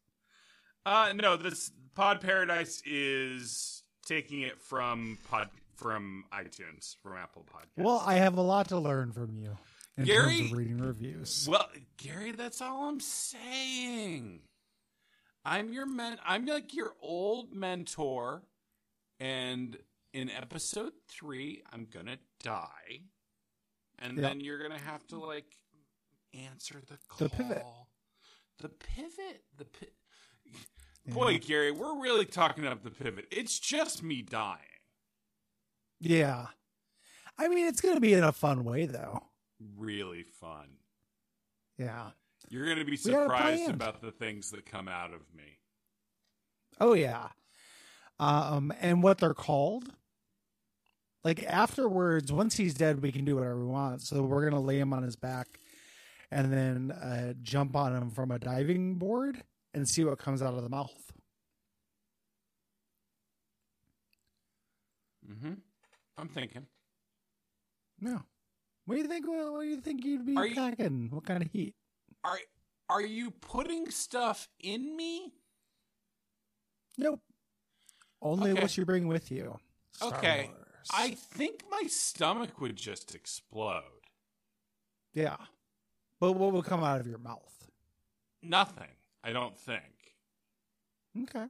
Uh no, this Pod Paradise is taking it from Pod from iTunes from Apple Podcasts.
Well, I have a lot to learn from you in
Gary-
terms of reading reviews.
Well, Gary, that's all I'm saying. I'm your men. I'm like your old mentor, and in episode three, I'm gonna die, and
Yeah.
then you're gonna have to like answer the call.
The pivot.
The pivot. The pi- Boy, Gary, we're really talking up the pivot. It's just me dying.
Yeah. I mean, it's going to be in a fun way, though.
Really fun.
Yeah.
You're gonna be
We had it
surprised
planned.
about the things that come out of me.
Oh, yeah. Um, and what they're called. Like, afterwards, once he's dead, we can do whatever we want. So we're going to lay him on his back and then uh, jump on him from a diving board and see what comes out of the mouth.
Mm-hmm. I'm thinking.
No. What do you think? What do you think you'd be
Are you-
packing? What kind of heat?
Are are you putting stuff in me?
Nope. Only
Okay.
what you bring with you. Star
Okay.
Wars.
I think my stomach would just explode.
Yeah. But what will come out of your mouth?
Nothing, I don't think.
Okay.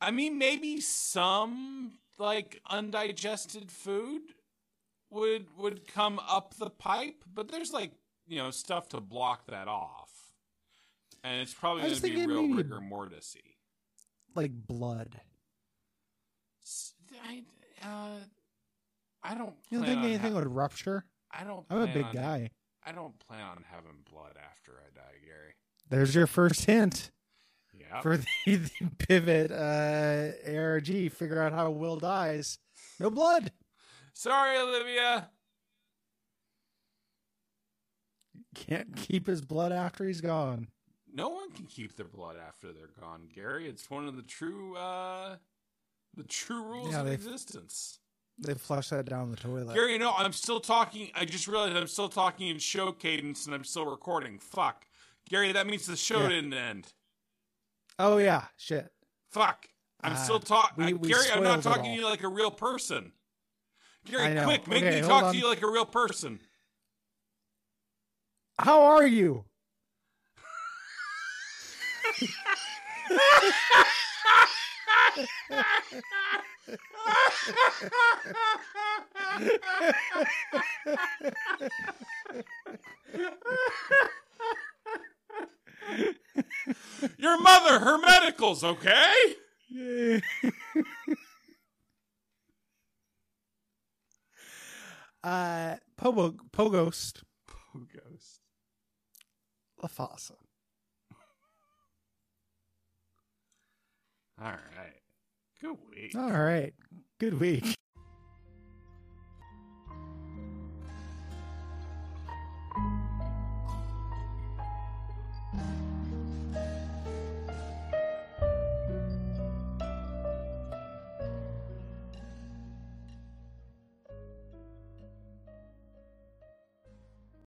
I mean, maybe some like undigested food would would come up the pipe, but there's like you know stuff to block that off, and it's probably
I
going
was
to be
thinking
real
maybe-
rigor mortisy.
Like blood.
S- I, uh, I don't.
You don't
plan
think
on
anything
ha-
would rupture?
I don't.
I'm a
plan
big
on-
guy.
I don't plan on having blood after I die, Gary.
There's your first hint
Yeah.
for the, the pivot uh, ARG. Figure out how Will dies. No blood.
Sorry, Olivia.
Can't keep his blood after he's gone.
No one can keep their blood after they're gone, Gary. It's one of the true uh the true rules
Yeah,
of
they-
existence.
They flush that down the toilet.
Gary, no, I'm still talking. I just realized I'm still talking in show cadence and I'm still recording. Fuck. Gary, that means the show
Yeah.
didn't end.
oh yeah, shit.
Fuck. I'm
Ah,
still talking.
we- we
Gary, I'm not
spoiled it
talking to
all.
you like a real person.
I
Gary,
know.
quick, make
Okay,
me
hold
talk
on.
to you like a real person.
How are you?
Your mother, her medicals, okay?
uh, Pogo, Pogost
Oh, ghost.
Lafasa.
All right. Good week.
Oh, All right. Good week.